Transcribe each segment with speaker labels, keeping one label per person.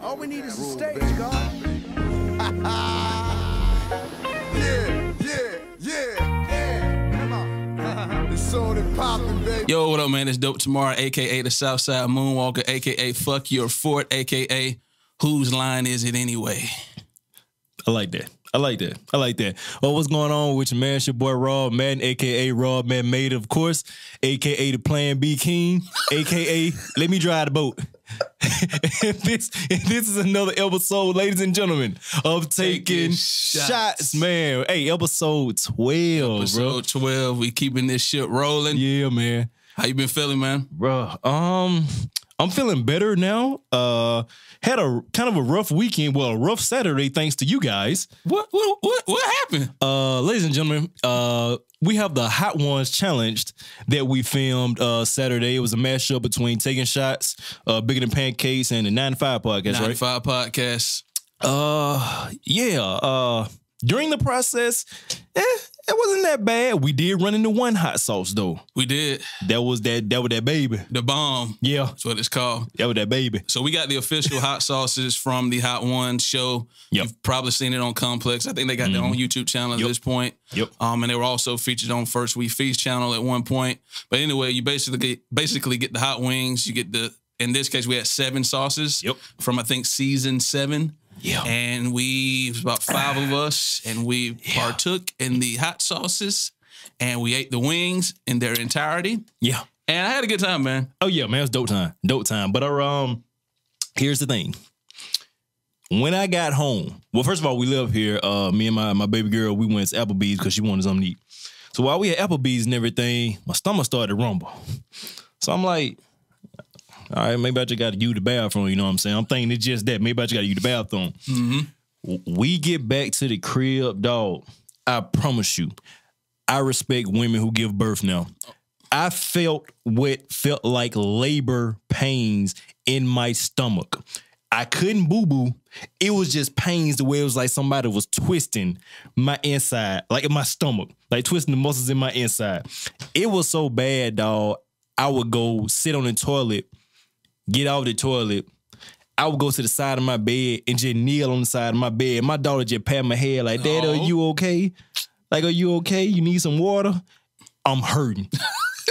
Speaker 1: All we need is a stage, God.
Speaker 2: Yeah, yeah, yeah, yeah. Come on. it's sold and poppin', baby.
Speaker 3: Yo, what up, man? It's Dope Tomorrow, aka the Southside Moonwalker, aka Fuck Your Fort, aka Whose Line Is It Anyway?
Speaker 4: I like that. I like that. I like that. Well, what's going on with your man? It's your boy Rob Madden, aka Rob Man Made, of course, aka the Plan B King, aka Let Me Drive the Boat. and this and this is another episode, ladies and gentlemen, of taking
Speaker 3: Taking
Speaker 4: shots.
Speaker 3: shots.
Speaker 4: man. Hey, episode twelve, bro.
Speaker 3: Episode 12. We keeping this shit rolling.
Speaker 4: Yeah, man,
Speaker 3: How you been feeling, man?
Speaker 4: bro. Um, I'm feeling better now. Uh, had a kind of a rough weekend. Well, a rough Saturday, thanks to you guys.
Speaker 3: What what what what happened?
Speaker 4: Uh, ladies and gentlemen, uh, we have the Hot Ones challenged that we filmed uh Saturday. It was a mashup between Taking Shots, uh, Bigger Than Pancakes, and the Nine to Five podcast,
Speaker 3: Nine to
Speaker 4: right?
Speaker 3: Five Podcast.
Speaker 4: Uh, yeah. Uh, during the process, eh, it wasn't that bad. We did run into one hot sauce though.
Speaker 3: We did
Speaker 4: That was that. That was that baby.
Speaker 3: the bomb.
Speaker 4: Yeah,
Speaker 3: That's what it's called.
Speaker 4: that was that baby.
Speaker 3: So we got the official hot sauces from the Hot One show.
Speaker 4: Yep.
Speaker 3: You've probably seen it on Complex. I think they got their own YouTube channel at
Speaker 4: Mm-hmm. Yep.
Speaker 3: this point.
Speaker 4: Yep.
Speaker 3: Um, and they were also featured on First We Feast channel at one point. But anyway, you basically get, basically get the hot wings. You get the in this case we had seven sauces.
Speaker 4: Yep.
Speaker 3: From I think season seven.
Speaker 4: Yeah.
Speaker 3: And we it was about five of us, and we partook in the hot sauces, and we ate the wings in their entirety.
Speaker 4: Yeah.
Speaker 3: And I had a good time, man.
Speaker 4: Oh yeah, man, it's dope time. Dope time. But uh, um, here's the thing. When I got home, well, first of all, we live here. Uh, me and my my baby girl, we went to Applebee's because she wanted something to eat. So while we at Applebee's and everything, my stomach started to rumble. So I'm like, all right, maybe I just got to use the bathroom. You know what I'm saying? I'm thinking it's just that. Maybe I just got to use the bathroom. W- We get back to the crib, dog. I promise you, I respect women who give birth now. I felt what felt like labor pains in my stomach. I couldn't boo boo. It was just pains the way it was like somebody was twisting my inside, like in my stomach, like twisting the muscles in my inside. It was so bad, dog. I would go sit on the toilet, get off the toilet. I would go to the side of my bed and just kneel on the side of my bed. My daughter just pat my head like, Dad, are
Speaker 3: Aw.
Speaker 4: you okay? Like, are you okay? You need some water? I'm hurting.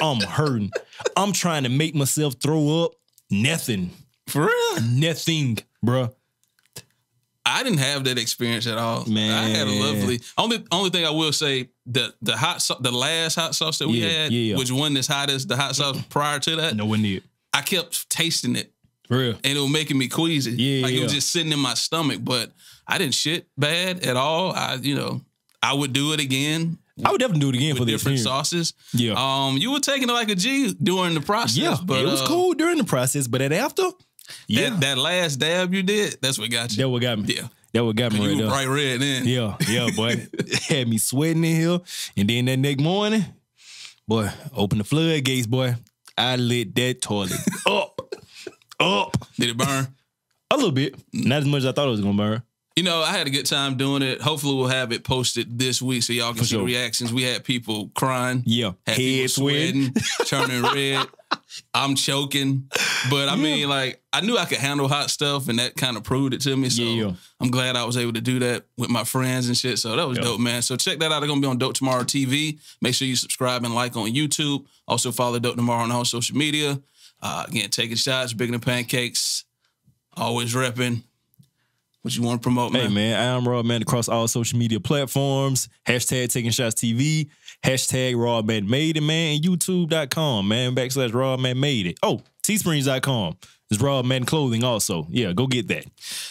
Speaker 4: I'm hurting. I'm trying to make myself throw up. Nothing.
Speaker 3: For real.
Speaker 4: Nothing, bruh.
Speaker 3: I didn't have that experience at all.
Speaker 4: Man.
Speaker 3: I had a lovely. Only only thing I will say the the hot sauce the last hot sauce that we
Speaker 4: Yeah,
Speaker 3: had,
Speaker 4: yeah.
Speaker 3: which one as hot as the hot sauce prior to that,
Speaker 4: No one did.
Speaker 3: I kept tasting it
Speaker 4: For real.
Speaker 3: and it was making me queasy.
Speaker 4: Yeah,
Speaker 3: like it was
Speaker 4: yeah.
Speaker 3: just sitting in my stomach. But I didn't shit bad at all. I you know I would do it again
Speaker 4: I would definitely do it again for
Speaker 3: with
Speaker 4: the
Speaker 3: different
Speaker 4: experience.
Speaker 3: sauces.
Speaker 4: Yeah.
Speaker 3: Um, you were taking it like a G during the process.
Speaker 4: yeah.
Speaker 3: but
Speaker 4: it was
Speaker 3: uh,
Speaker 4: cool during the process, but at after,
Speaker 3: That,
Speaker 4: yeah. That,
Speaker 3: that last dab you did, that's what got you.
Speaker 4: what got me.
Speaker 3: yeah.
Speaker 4: That what got me right
Speaker 3: You
Speaker 4: there.
Speaker 3: were bright red then.
Speaker 4: Yeah, yeah, boy. Had me sweating in here. And then that next morning, boy, open the floodgates, boy. I lit that toilet up. Up.
Speaker 3: Did it burn?
Speaker 4: A little bit. Not as much as I thought it was gonna burn.
Speaker 3: You know, I had a good time doing it. Hopefully, we'll have it posted this week so y'all can
Speaker 4: For
Speaker 3: see
Speaker 4: sure.
Speaker 3: reactions. We had people crying,
Speaker 4: Yeah.
Speaker 3: had people
Speaker 4: Head sweating.
Speaker 3: sweating, turning red. I'm choking, but I mean, like, I knew I could handle hot stuff, and that kind of proved it to me. So
Speaker 4: Yeah, yeah.
Speaker 3: I'm glad I was able to do that with my friends and shit. So that was
Speaker 4: Yeah.
Speaker 3: dope, man. So check that out. It's gonna be on Dope Tomorrow TV. Make sure you subscribe and like on YouTube. Also follow Dope Tomorrow on all social media. Uh, again, taking shots, bigger than pancakes. Always repping. What you want to promote,
Speaker 4: Hey man, I am Raw Man across all social media platforms. Hashtag taking shots TV. Hashtag Raw Man Made It Man and YouTube.com, man. Backslash Raw Man Made It. Oh, teesprings.com. It's Raw Man Clothing also. Yeah, go get that.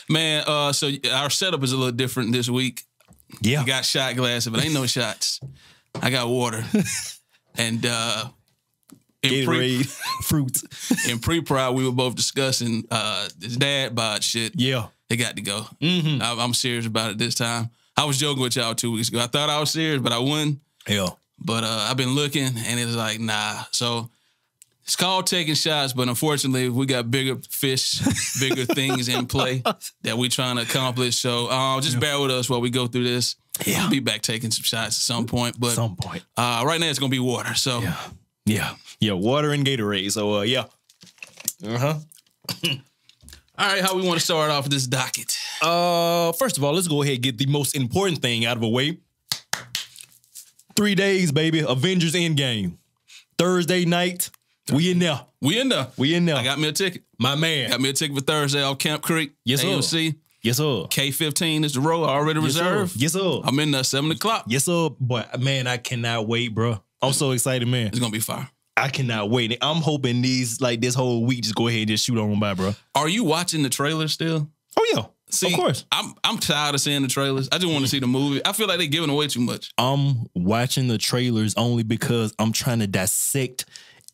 Speaker 3: Man, uh, so our setup is a little different this week.
Speaker 4: Yeah.
Speaker 3: I got shot glasses, but ain't no shots. I got water. and uh in pre
Speaker 4: Gatorade, fruits.
Speaker 3: in pre pride we were both discussing uh this dad bod shit.
Speaker 4: Yeah.
Speaker 3: It got to go. Mm-hmm. I, I'm serious about it this time. I was joking with y'all two weeks ago. I thought I was serious, but I wasn't.
Speaker 4: Yeah.
Speaker 3: But uh, I've been looking, and it's like nah. So it's called taking shots, but unfortunately, we got bigger fish, bigger things in play that we trying to accomplish. So uh, just bear with us while we go through this.
Speaker 4: Yeah.
Speaker 3: I'll be back taking some shots at some point, but
Speaker 4: Some point.
Speaker 3: uh, right now it's gonna be water. So
Speaker 4: Yeah. Yeah. Yeah. Water and Gatorade. So uh yeah. Uh-huh.
Speaker 3: All right, how we want to start off this docket?
Speaker 4: Uh, first of all, let's go ahead and get the most important thing out of the way. Three days, baby. Avengers Endgame. Thursday night. We in there.
Speaker 3: We in there.
Speaker 4: We in there.
Speaker 3: I got me a ticket.
Speaker 4: My man.
Speaker 3: Got me a ticket for Thursday off Camp Creek.
Speaker 4: Yes, sir.
Speaker 3: AMC.
Speaker 4: yes, sir.
Speaker 3: K15 is the row. I already
Speaker 4: Yes, sir.
Speaker 3: reserved.
Speaker 4: Yes, sir.
Speaker 3: I'm in there seven o'clock.
Speaker 4: Yes, sir. But man, I cannot wait, bro. I'm so excited, man.
Speaker 3: It's gonna be fire.
Speaker 4: I cannot wait. I'm hoping these like this whole week just go ahead and just shoot on by, bro.
Speaker 3: Are you watching the trailer still?
Speaker 4: Oh yeah,
Speaker 3: See,
Speaker 4: of course.
Speaker 3: I'm I'm tired of seeing the trailers. I just want to see the movie. I feel like they're giving away too much.
Speaker 4: I'm watching the trailers only because I'm trying to dissect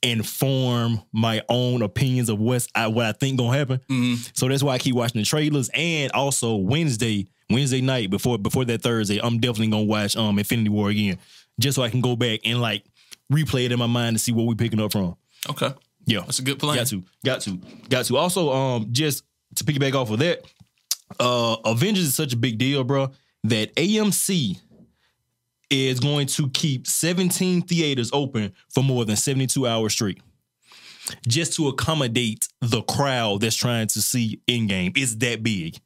Speaker 4: and form my own opinions of what's I, what I think gonna happen. So that's why I keep watching the trailers. And also Wednesday, Wednesday night before before that Thursday, I'm definitely gonna watch um Infinity War again, just so I can go back and like replay it in my mind to see what we picking up from.
Speaker 3: Okay,
Speaker 4: Yeah,
Speaker 3: that's a good plan.
Speaker 4: Got to, got to, got to. Also, um, just to piggyback off of that, uh, Avengers is such a big deal, bro, that AMC is going to keep 17 theaters open for more than 72 hours straight. Just to accommodate the crowd that's trying to see Endgame. It's that big.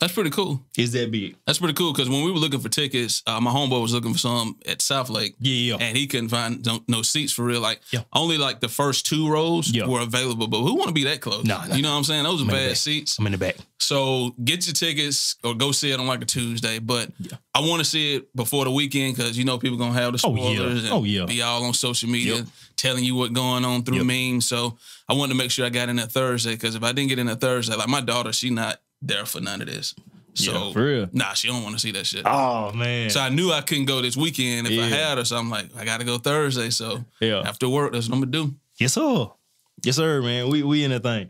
Speaker 3: That's pretty cool.
Speaker 4: It's that big.
Speaker 3: That's pretty cool because when we were looking for tickets, uh, my homeboy was looking for some at South Lake.
Speaker 4: Yeah, yeah.
Speaker 3: and he couldn't find no, no seats for real. Like
Speaker 4: Yeah.
Speaker 3: only like the first two rows
Speaker 4: Yeah.
Speaker 3: were available. But who want to be that close?
Speaker 4: Nah, nah.
Speaker 3: you know what I'm saying. Those are
Speaker 4: Man,
Speaker 3: bad
Speaker 4: that-
Speaker 3: seats.
Speaker 4: I'm in the back.
Speaker 3: So get your tickets or go see it on like a Tuesday. But I want to see it before the weekend because you know people gonna have the
Speaker 4: Oh, yeah.
Speaker 3: spoilers and
Speaker 4: Oh, yeah.
Speaker 3: be all on social media
Speaker 4: Yep.
Speaker 3: telling you what going on through
Speaker 4: Yep.
Speaker 3: memes. So I wanted to make sure I got in that Thursday because if I didn't get in that Thursday, like my daughter, she not there for none of this. So
Speaker 4: Yeah, for real.
Speaker 3: nah, she don't want to see that shit.
Speaker 4: Oh man.
Speaker 3: So I knew I couldn't go this weekend if
Speaker 4: Yeah.
Speaker 3: I had her. So I'm like, I got to go Thursday. So
Speaker 4: Yeah.
Speaker 3: after work, that's what I'm gonna do.
Speaker 4: yes, sir. Yes, sir, man. We we in the thing.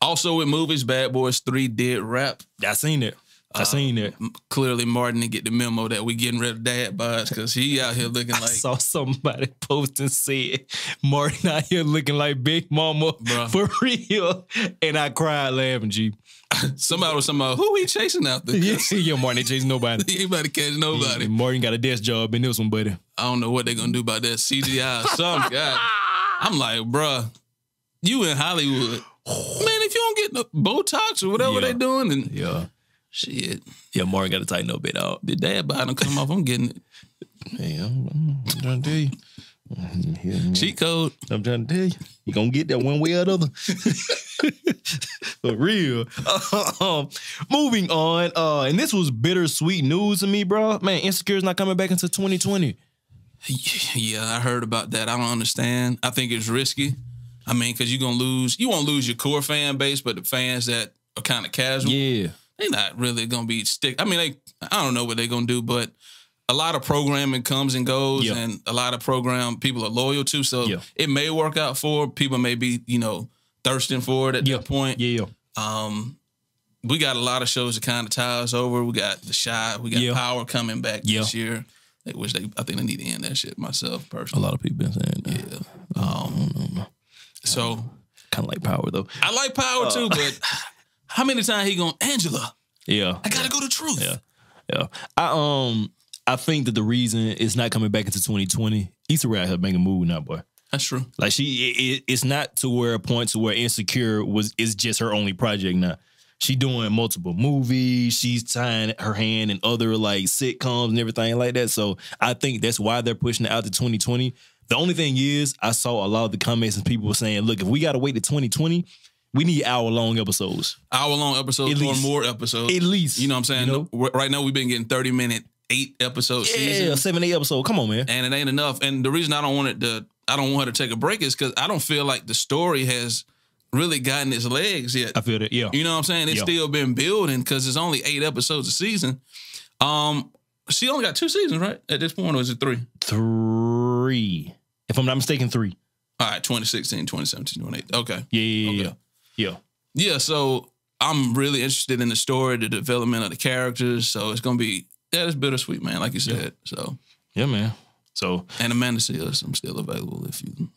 Speaker 3: Also with movies, Bad Boys Three did rap.
Speaker 4: I seen it. I seen it.
Speaker 3: Clearly, Martin didn't get the memo that we getting rid of dad buds because he out here looking
Speaker 4: I
Speaker 3: like
Speaker 4: saw somebody post and said Martin out here looking like Big Mama
Speaker 3: Bruh.
Speaker 4: for real, and I cried laughing. G,
Speaker 3: somebody was somebody who he chasing out there.
Speaker 4: yeah, yeah, Martin ain't chasing nobody.
Speaker 3: He about to catch nobody.
Speaker 4: Martin got a desk job in this one, buddy.
Speaker 3: I don't know what they're gonna do about that CGI or something. God. I'm like, bruh, you in Hollywood. Man, if you don't get no Botox or whatever
Speaker 4: Yeah.
Speaker 3: they doing, and
Speaker 4: Yeah,
Speaker 3: shit,
Speaker 4: yeah, Martin got to tighten up a bit out.
Speaker 3: the dad bod don't come off. I'm getting it.
Speaker 4: Hey, I'm, I'm trying to tell you,
Speaker 3: Cheat code.
Speaker 4: I'm trying to tell you, you gonna get that one way or the other. For real. Um, moving on, uh, and this was bittersweet news to me, bro. Man, Insecure's not coming back until 2020.
Speaker 3: Yeah, I heard about that. I don't understand. I think it's risky. I mean, because you're gonna lose. You won't lose your core fan base, but the fans that are kind of casual,
Speaker 4: Yeah.
Speaker 3: they're not really gonna be stick. I mean, they. I don't know what they're gonna do, but a lot of programming comes and goes,
Speaker 4: Yeah.
Speaker 3: and a lot of program people are loyal to. So
Speaker 4: Yeah.
Speaker 3: it may work out for it. people. May be you know thirsting for it at
Speaker 4: Yeah.
Speaker 3: that point.
Speaker 4: Yeah.
Speaker 3: Um, we got a lot of shows that kind of tie us over. We got the shot. We got
Speaker 4: Yeah.
Speaker 3: power coming back
Speaker 4: Yeah.
Speaker 3: this year. They wish they. I think they need to end that shit myself personally. Um,
Speaker 4: A lot of people been saying that.
Speaker 3: So
Speaker 4: Kind of like power though.
Speaker 3: I like power
Speaker 4: Uh,
Speaker 3: too, but how many times he going Angela?
Speaker 4: Yeah.
Speaker 3: I gotta go to truth.
Speaker 4: Yeah. Yeah. I um I think that the reason it's not coming back into 2020, Issa Rae out here making a move now, boy.
Speaker 3: That's true.
Speaker 4: Like she it, it- it's not to where a point to where Insecure was is just her only project now. She doing multiple movies, she's tying her hand in other like sitcoms and everything like that. So I think that's why they're pushing it out to 2020. The only thing is I saw a lot of the comments and people were saying, look, if we gotta wait to 2020, we need hour long episodes.
Speaker 3: Hour long episodes
Speaker 4: At
Speaker 3: or
Speaker 4: least.
Speaker 3: more episodes.
Speaker 4: At least.
Speaker 3: You know what I'm saying?
Speaker 4: You know?
Speaker 3: No- Right now we've been getting 30 minute, eight episode
Speaker 4: Yeah,
Speaker 3: seasons,
Speaker 4: seven, eight episode. Come on, man.
Speaker 3: and it ain't enough. And the reason I don't want it to, I don't want her to take a break is because I don't feel like the story has really gotten its legs yet.
Speaker 4: I feel that. Yeah.
Speaker 3: You know what I'm saying? It's
Speaker 4: Yeah.
Speaker 3: still been building because it's only eight episodes a season. Um, she only got two seasons, right? At this point, or is it three?
Speaker 4: Three. If I'm not mistaken, three.
Speaker 3: All right, 2016, 2017, 2018. Okay.
Speaker 4: Yeah, yeah, yeah.
Speaker 3: Okay.
Speaker 4: Yeah.
Speaker 3: Yeah, so I'm really interested in the story, the development of the characters. So it's gonna be yeah, it's bittersweet, man, like you said. So
Speaker 4: Yeah, man. So
Speaker 3: and Amanda Seals, I'm still available if you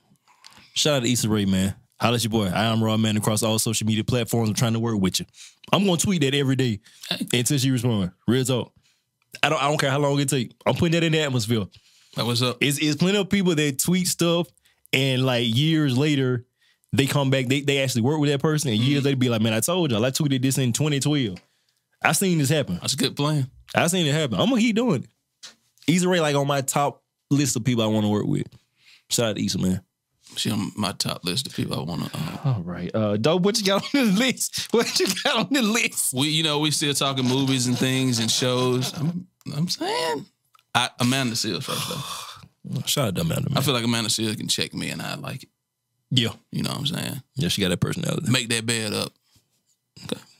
Speaker 4: shout out to Issa Rae, man. Holla at your boy. I am Raw Man across all social media platforms. I'm trying to work with you. I'm gonna tweet that every day
Speaker 3: Hey.
Speaker 4: until she responds. Result. I don't I don't care how long it take. I'm putting that in the atmosphere.
Speaker 3: like what's up.
Speaker 4: It's it's plenty of people that tweet stuff and like years later They come back, they, they actually work with that person, and years they'd be like, man, I told y'all, I tweeted this in 2012. I seen this happen.
Speaker 3: That's a good plan.
Speaker 4: I seen it happen. I'm gonna keep doing it. Issa Rae, like on my top list of people I want to work with. Shout out to Issa, man.
Speaker 3: She on my top list of people I want to. Uh,
Speaker 4: All right. Uh Dope, what you got on the list? What you got on the list?
Speaker 3: we, you know, we still talking movies and things and shows. I'm, I'm saying, I, Amanda Seals first though.
Speaker 4: Shout out to Amanda,
Speaker 3: I
Speaker 4: man.
Speaker 3: feel like Amanda Seals can check me and I like it.
Speaker 4: Yeah.
Speaker 3: You know what I'm saying?
Speaker 4: Yeah, she got that personality.
Speaker 3: Make that bed up.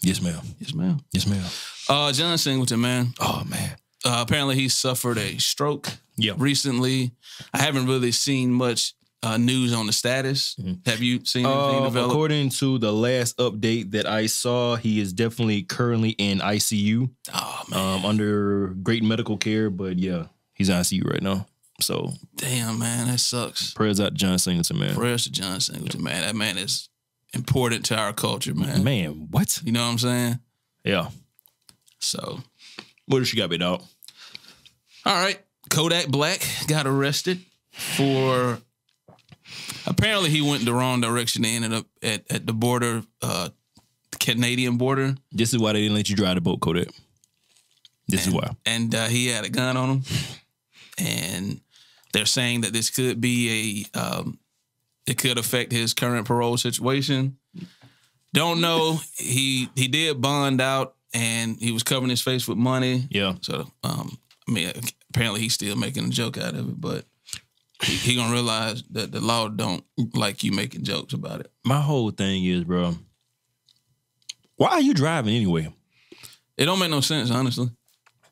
Speaker 4: Yes, ma'am.
Speaker 3: Yes, ma'am.
Speaker 4: Yes, ma'am.
Speaker 3: Uh, John Singleton, man.
Speaker 4: Oh man. Uh,
Speaker 3: Uh, apparently, he suffered a stroke
Speaker 4: Yeah.
Speaker 3: recently. I haven't really seen much uh, news on the status. Have you seen anything
Speaker 4: Uh,
Speaker 3: develop?
Speaker 4: according to the last update that I saw, he is definitely currently in ICU,
Speaker 3: Oh man,
Speaker 4: um, under great medical care. But yeah, he's in ICU right now. So
Speaker 3: damn man, that sucks.
Speaker 4: prayers out to John Singleton, man.
Speaker 3: Prayers to John Singleton, man. That man is important to our culture, man.
Speaker 4: Man, what?
Speaker 3: You know what I'm saying?
Speaker 4: Yeah.
Speaker 3: So,
Speaker 4: What does she got, big dog?
Speaker 3: all right. Kodak Black got arrested for. Apparently, he went the wrong direction. They ended up at, at the border, uh, Canadian border,
Speaker 4: This is why they didn't let you drive the boat, Kodak. This is why.
Speaker 3: and uh, he had a gun on him. And they're saying that this could be a, um, it could affect his current parole situation. Don't know. He he did bond out, and he was covering his face with money.
Speaker 4: Yeah.
Speaker 3: So, um, I mean, apparently he's still making a joke out of it, but he, he gonna realize that the law don't like you making jokes about it.
Speaker 4: My whole thing is, bro. Why are you driving anyway?
Speaker 3: It don't make no sense, honestly.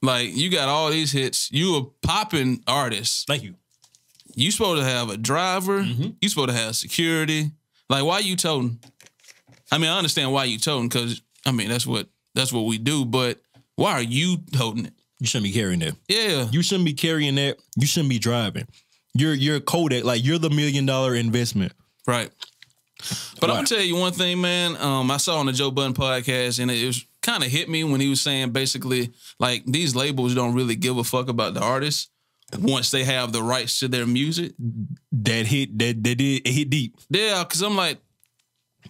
Speaker 3: Like you got all these hits, you a popping artist.
Speaker 4: Thank you.
Speaker 3: You supposed to have a driver.
Speaker 4: Mm-hmm.
Speaker 3: You supposed to have security. Like why you toting? I mean, I understand why you toting because I mean that's what that's what we do. But why are you toting it?
Speaker 4: You shouldn't be carrying that.
Speaker 3: Yeah,
Speaker 4: You shouldn't be carrying that. You shouldn't be driving. You're you're Kodak. Like you're the million dollar investment.
Speaker 3: Right. But I'm gonna
Speaker 4: Right.
Speaker 3: tell you one thing, man. Um, I saw on the Joe Budden podcast, and it, was kind of hit me when he was saying basically like these labels don't really give a fuck about the artists once they have the rights to their music.
Speaker 4: That hit that that did it hit deep.
Speaker 3: Yeah, because I'm like,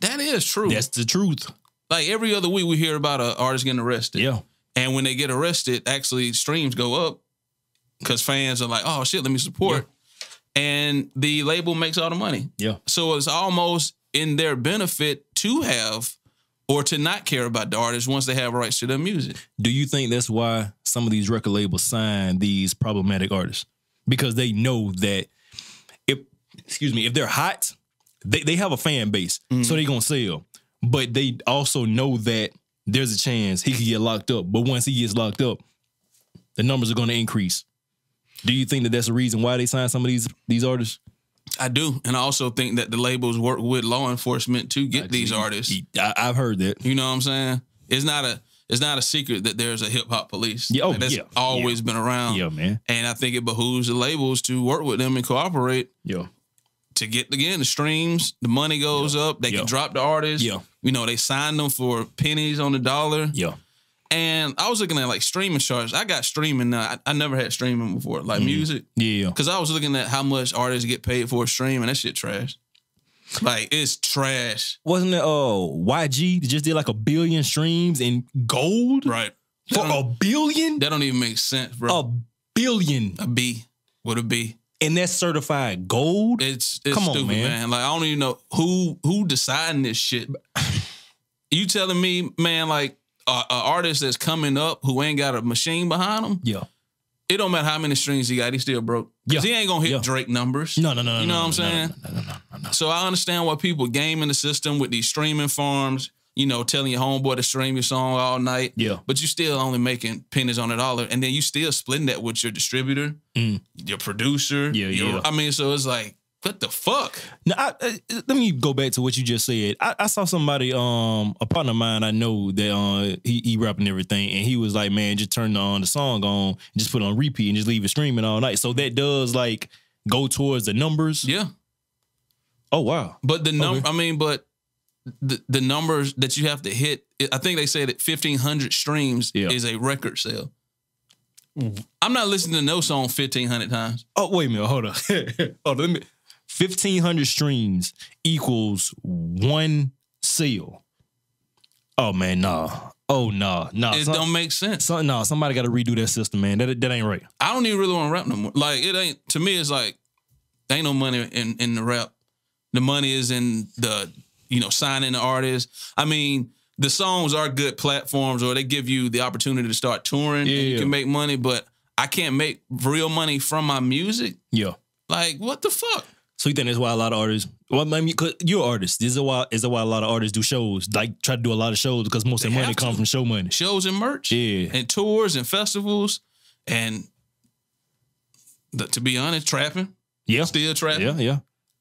Speaker 3: that is true.
Speaker 4: That's the truth.
Speaker 3: like every other week we hear about an artist getting arrested,
Speaker 4: Yeah.
Speaker 3: and when they get arrested, actually streams go up because fans are like, oh shit, let me support, and the label makes all the money.
Speaker 4: Yeah.
Speaker 3: So it's almost in their benefit to have or to not care about the artist once they have rights to their music.
Speaker 4: Do you think that's why some of these record labels sign these problematic artists? Because they know that if excuse me, if they're hot, they, they have a fan base. So they're gonna sell. But they also know that there's a chance he could get locked up. But once he gets locked up, the numbers are gonna increase. Do you think that that's the reason why they sign some of these these artists?
Speaker 3: I do. And I also think that the labels work with law enforcement to get these artists.
Speaker 4: I, I've heard that.
Speaker 3: You know what I'm saying? It's not a it's not a secret that there's a hip hop police.
Speaker 4: Yeah, oh,
Speaker 3: Like, that's
Speaker 4: yeah,
Speaker 3: always been around.
Speaker 4: Yeah, man.
Speaker 3: And I think it behooves the labels to work with them and cooperate
Speaker 4: Yeah.
Speaker 3: to get again the streams, the money goes up, they
Speaker 4: Yeah.
Speaker 3: can drop the artists.
Speaker 4: Yeah.
Speaker 3: You know, they sign them for pennies on the dollar.
Speaker 4: Yeah.
Speaker 3: And I was looking at like streaming charts. I got streaming now. I, I never had streaming before, like
Speaker 4: Mm-hmm.
Speaker 3: music.
Speaker 4: Yeah.
Speaker 3: Cause I was looking at how much artists get paid for a stream, and that shit trash. Like it's trash.
Speaker 4: Wasn't it uh YG that just did like a billion streams in gold?
Speaker 3: Right.
Speaker 4: For
Speaker 3: Uh-uh.
Speaker 4: a billion?
Speaker 3: That don't even make sense,
Speaker 4: A
Speaker 3: bro.
Speaker 4: billion.
Speaker 3: A B. What a B.
Speaker 4: And that's certified gold?
Speaker 3: It's it's
Speaker 4: Come on,
Speaker 3: stupid,
Speaker 4: man.
Speaker 3: man. Like I don't even know who who deciding this shit. you telling me, man, like a, a artist that's coming up who ain't got a machine behind him,
Speaker 4: yeah.
Speaker 3: it don't matter how many streams he got, he still broke. Cause
Speaker 4: Yeah.
Speaker 3: he ain't gonna hit
Speaker 4: Yeah.
Speaker 3: Drake numbers.
Speaker 4: No, no, no, no.
Speaker 3: You know
Speaker 4: no,
Speaker 3: what I'm
Speaker 4: no,
Speaker 3: saying?
Speaker 4: No, no, no, no, no.
Speaker 3: So I understand why people game in the system with these streaming farms, you know, telling your homeboy to stream your song all night.
Speaker 4: Yeah.
Speaker 3: But you still only making pennies on a dollar. And then you still splitting that with your distributor,
Speaker 4: Mm.
Speaker 3: your producer.
Speaker 4: Yeah,
Speaker 3: your-
Speaker 4: yeah.
Speaker 3: I mean, so it's like, what the fuck?
Speaker 4: Now, I, I- let me go back to what you just said. I, I saw somebody, um, a partner of mine I know that uh, he he rapping everything, and he was like, "Man, just turn on the song on, and just put it on repeat, and just leave it streaming all night." So that does like go towards the numbers.
Speaker 3: Yeah.
Speaker 4: Oh wow,
Speaker 3: But the number,
Speaker 4: Okay.
Speaker 3: I mean, but the, the numbers that you have to hit, I think they say that 1,500 streams
Speaker 4: Yeah. Mm-hmm.
Speaker 3: is a record sale. I'm not listening to no song 1,500 times.
Speaker 4: Oh, wait a minute. Hold on. hold on. Let me. fifteen hundred streams equals one seal. Oh man, nah. Oh nah, nah.
Speaker 3: It
Speaker 4: Some-
Speaker 3: don't make sense.
Speaker 4: some- nah, somebody got to redo that system, man. That that ain't right.
Speaker 3: I don't even really want to rap no more. Like it ain't to me. It's like there ain't no money in in the rap. The money is in the you know signing the artist. I mean, the songs are good platforms, or they give you the opportunity to start touring. and you
Speaker 4: Yeah.
Speaker 3: can make money, but I can't make real money from my music.
Speaker 4: Yeah.
Speaker 3: Like what the fuck?
Speaker 4: So you think that's why a lot of artists? Well, I mean, you you're an artist. This is why is why a lot of artists do shows. Like try to do a lot of shows because most of
Speaker 3: They
Speaker 4: their money
Speaker 3: have
Speaker 4: comes
Speaker 3: to.
Speaker 4: from show money.
Speaker 3: Shows and merch,
Speaker 4: Yeah.
Speaker 3: and tours and festivals, and the, to be honest, trapping,
Speaker 4: Yeah.
Speaker 3: still trapping.
Speaker 4: Yeah. Yeah.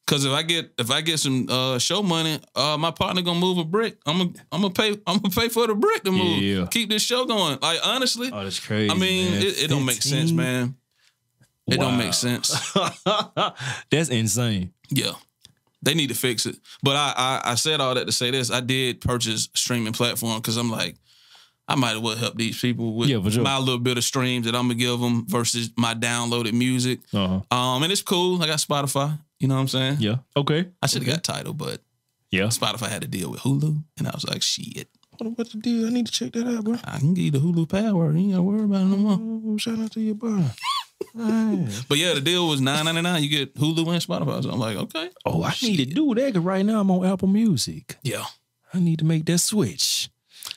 Speaker 3: Cause if I get if I get some uh, show money, uh, my partner gonna move a brick. I'm gonna I'm gonna pay I'm gonna pay for the brick to move.
Speaker 4: Yeah.
Speaker 3: Keep this show going. Like honestly,
Speaker 4: Oh, that's crazy.
Speaker 3: I mean
Speaker 4: man.
Speaker 3: it, it don't make sense,
Speaker 4: 15?
Speaker 3: man. It don't
Speaker 4: Wow.
Speaker 3: make sense.
Speaker 4: that's insane.
Speaker 3: Yeah, they need to fix it. But I I, I said all that to say this. I did purchase a streaming platform because I'm like I might as well help these people with
Speaker 4: Yeah, for sure.
Speaker 3: my little bit of streams that I'm gonna give them versus my downloaded music.
Speaker 4: Uh-huh.
Speaker 3: Um, and it's cool. I got Spotify. You know what I'm saying?
Speaker 4: Yeah. Okay.
Speaker 3: I should have got title, but
Speaker 4: Yeah.
Speaker 3: Spotify had to deal with Hulu, and I was like, shit.
Speaker 4: What, what to do? I need to check that out, bro. Mm-hmm.
Speaker 3: I can give you the Hulu password. You ain't gotta worry about it no more.
Speaker 4: shout out to your boy.
Speaker 3: But yeah, the deal was nine ninety nine. You get Hulu and Spotify. So I'm like, okay.
Speaker 4: Oh, I need to do that 'cause right now I'm on Apple Music.
Speaker 3: Yeah.
Speaker 4: I need to make that switch.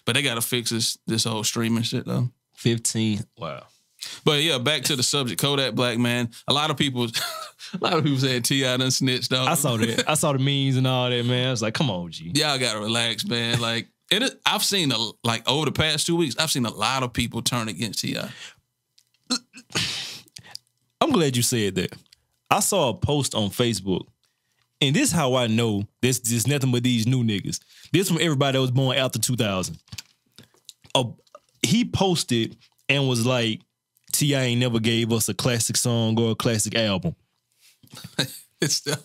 Speaker 3: But they gotta fix this this whole streaming shit though.
Speaker 4: 15. Wow.
Speaker 3: But yeah, back to the subject. Kodak Black man. A lot of people a lot of people saying T.I. done snitched on.
Speaker 4: I
Speaker 3: him.
Speaker 4: saw that. I saw the memes and all that, man. I was like, come on, G.
Speaker 3: Y'all gotta relax, man. Like it is, I've seen a like over the past two weeks, I've seen a lot of people turn against T.I.
Speaker 4: I'm glad you said that. I saw a post on Facebook, and this is how I know this there's nothing but these new niggas. This from everybody that was born after 2000. A, he posted and was like, T.I. ain't never gave us a classic song or a classic album.
Speaker 3: It's the,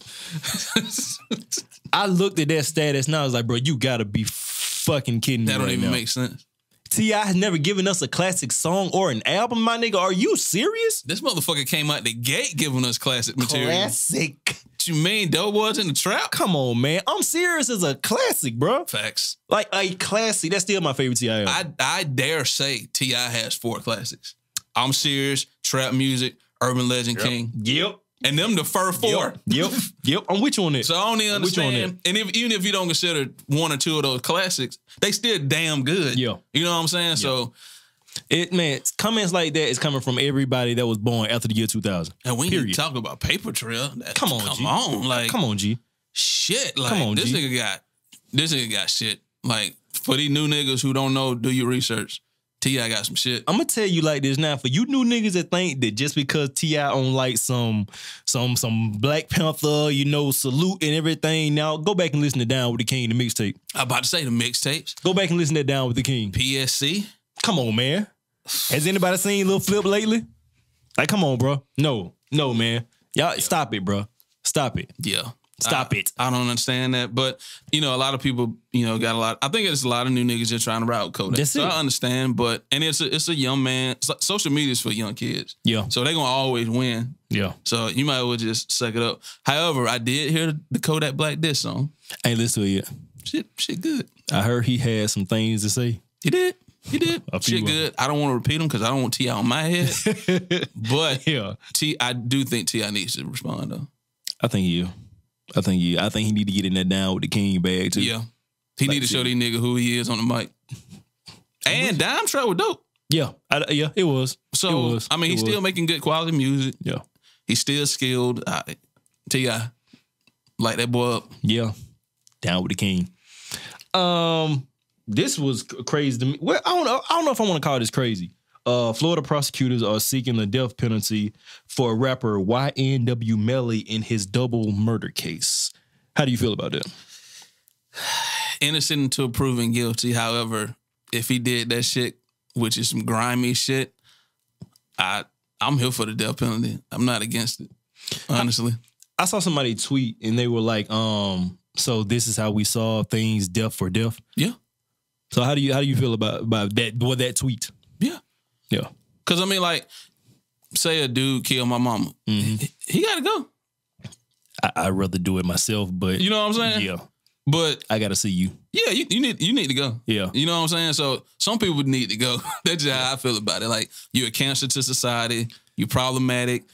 Speaker 4: I looked at that status and I was like, bro, you gotta be fucking kidding me.
Speaker 3: that don't
Speaker 4: right
Speaker 3: even
Speaker 4: now.
Speaker 3: make sense.
Speaker 4: T.I. has never given us a classic song or an album, my nigga. Are you serious?
Speaker 3: This motherfucker came out the gate giving us classic material.
Speaker 4: Classic.
Speaker 3: What you mean, Doughboys in the trap?
Speaker 4: Come on, man. I'm serious as a classic, bro.
Speaker 3: Facts.
Speaker 4: Like a classic. That's still my favorite T.I. album.
Speaker 3: I I dare say Ti has four classics. I'm serious. Trap music, Urban Legend King,
Speaker 4: Yep.
Speaker 3: and them the first four.
Speaker 4: Yep. Yep. yep. I'm with you on it.
Speaker 3: So I only
Speaker 4: Which one
Speaker 3: understand, and if, even if you don't consider one or two of those classics, they still damn good.
Speaker 4: Yeah.
Speaker 3: you know what I'm saying. So
Speaker 4: it man, comments like that is coming from everybody that was born after the year 2000.
Speaker 3: and we
Speaker 4: Period.
Speaker 3: ain't talking about paper trail. That-
Speaker 4: Come on,
Speaker 3: come
Speaker 4: G.
Speaker 3: on, like
Speaker 4: Come on, G.
Speaker 3: shit. Like
Speaker 4: on,
Speaker 3: this
Speaker 4: G.
Speaker 3: nigga got this nigga got shit. Like for these new niggas who don't know, do your research. Ti got some shit.
Speaker 4: I'm gonna tell you like this now for you new niggas that think that just because Ti on like some some some Black Panther, you know, salute and everything. Now go back and listen to Down with the King, the mixtape.
Speaker 3: I'm about to say the mixtapes,
Speaker 4: Go back and listen to Down with the King.
Speaker 3: PSC.
Speaker 4: Come on, man. Has anybody seen Lil Flip lately? Like, come on, bro. No, no, man. Y'all stop it, bro. Stop it.
Speaker 3: Yeah.
Speaker 4: Stop
Speaker 3: I-
Speaker 4: it.
Speaker 3: I don't understand that. But, you know, a lot of people, you know, got a lot. I think it's a lot of new niggas just trying to route Kodak.
Speaker 4: That's
Speaker 3: so
Speaker 4: it.
Speaker 3: I understand. But, and it's a, it's a young man. so- social media is for young kids.
Speaker 4: Yeah.
Speaker 3: So they're going to always win.
Speaker 4: Yeah.
Speaker 3: So you might as well just suck it up. However, I did hear the Kodak Black diss song.
Speaker 4: I ain't listened to it yet.
Speaker 3: Shit, shit good.
Speaker 4: I heard he had some things to say.
Speaker 3: He did. He did.
Speaker 4: A few
Speaker 3: Shit
Speaker 4: of
Speaker 3: good. I don't want to repeat them because I don't want T.I. on my head. but
Speaker 4: Yeah.
Speaker 3: T, I do think T.I. needs to respond, though.
Speaker 4: I think he. I think he. I think he need to get in that down with the king bag too.
Speaker 3: Yeah. He
Speaker 4: Like,
Speaker 3: need to show
Speaker 4: yeah.
Speaker 3: these nigga who he is on the mic. And Dime Trap was dope.
Speaker 4: Yeah. I, yeah. It was.
Speaker 3: So
Speaker 4: It was.
Speaker 3: I mean,
Speaker 4: It
Speaker 3: he's still
Speaker 4: was.
Speaker 3: making good quality music.
Speaker 4: Yeah.
Speaker 3: He's still skilled. I- Ti, like that boy up.
Speaker 4: Yeah. Down with the king. Um, this was c- crazy to me. Well, I don't know. I don't know if I want to call this crazy. Uh, Florida prosecutors are seeking the death penalty for rapper YNW Melly in his double murder case. How do you feel about that?
Speaker 3: innocent until proven guilty. However, if he did that shit, which is some grimy shit, I I'm here for the death penalty. I'm not against it. Honestly,
Speaker 4: I saw somebody tweet and they were like, um, so this is how we saw things death for death.
Speaker 3: yeah,
Speaker 4: So how do you how do you feel about about that well, that tweet?
Speaker 3: yeah.
Speaker 4: Yeah.
Speaker 3: Because I Mm-hmm. mean, like, say a dude killed my mama, he, he gotta go.
Speaker 4: I, I'd rather do it myself, but
Speaker 3: You know what I'm saying?
Speaker 4: yeah,
Speaker 3: But
Speaker 4: I gotta see you.
Speaker 3: yeah, you, you need you need to go.
Speaker 4: Yeah.
Speaker 3: You know what I'm saying? So some people need to go. That's just how I feel about it. Like you're a cancer to society. You're problematic.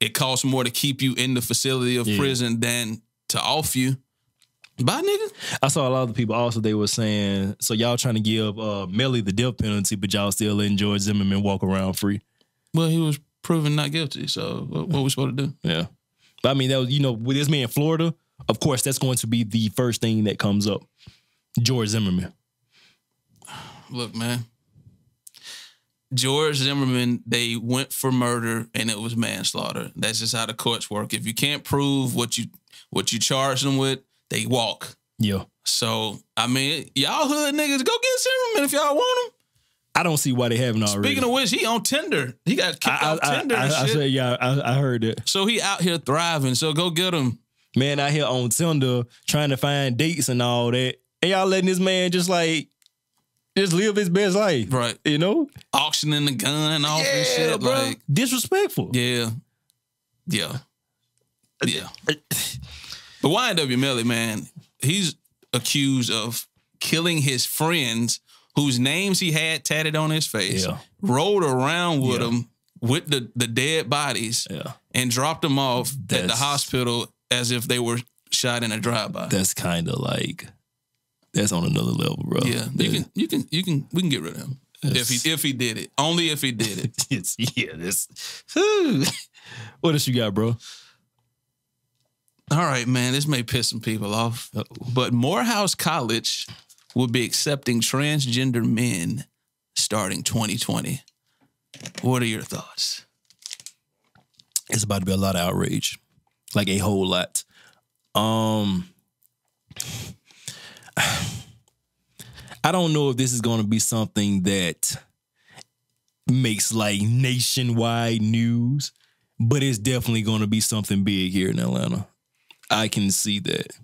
Speaker 3: It costs more to keep you in the facility of
Speaker 4: Yeah.
Speaker 3: prison than to off you. Bye, nigga.
Speaker 4: I saw a lot of the people also they were saying, so y'all trying to give uh Melly the death penalty, but y'all still letting George Zimmerman walk around free.
Speaker 3: Well, he was proven not guilty. So what, what we supposed to do?
Speaker 4: Yeah. But I mean that was, you know, with this man in Florida, of course that's going to be the first thing that comes up. George Zimmerman.
Speaker 3: Look, man. George Zimmerman, they went for murder and it was manslaughter. That's just how the courts work. If you can't prove what you what you charge them with, they walk.
Speaker 4: Yeah.
Speaker 3: So I mean, y'all hood niggas, go get Zimmerman if y'all want him.
Speaker 4: I don't see why they haven't already.
Speaker 3: Speaking of which, he on Tinder. He got kicked
Speaker 4: I,
Speaker 3: out
Speaker 4: I,
Speaker 3: Tinder
Speaker 4: I,
Speaker 3: and
Speaker 4: I, I
Speaker 3: shit.
Speaker 4: said, yeah, I, I heard it.
Speaker 3: so he out here thriving. So go get him.
Speaker 4: Man out here on Tinder trying to find dates and all that. And y'all letting this man just like just live his best life.
Speaker 3: Right.
Speaker 4: You know?
Speaker 3: Auctioning the gun off and shit.
Speaker 4: bruh.
Speaker 3: Like,
Speaker 4: disrespectful.
Speaker 3: yeah. Yeah. Yeah. But YNW Melly, man, he's accused of killing his friends whose names he had tatted on his face,
Speaker 4: Yeah.
Speaker 3: rode around with
Speaker 4: Yeah.
Speaker 3: them with the, the dead bodies,
Speaker 4: Yeah.
Speaker 3: and dropped them off at the
Speaker 4: That's-
Speaker 3: hospital as if they were shot in a drive-by.
Speaker 4: That's kind of like that's on another level, bro.
Speaker 3: yeah, you can, you can, you can, we can get rid of him if he if he did it. Only if he did it.
Speaker 4: It's, yeah, that's. what else you got, bro?
Speaker 3: All right, man, this may piss some people off, but Morehouse College will be accepting transgender men starting 2020. What are your thoughts?
Speaker 4: It's about to be a lot of outrage, like a whole lot. Um, I don't know if this is going to be something that makes like nationwide news, but it's definitely going to be something big here in Atlanta. I can see that.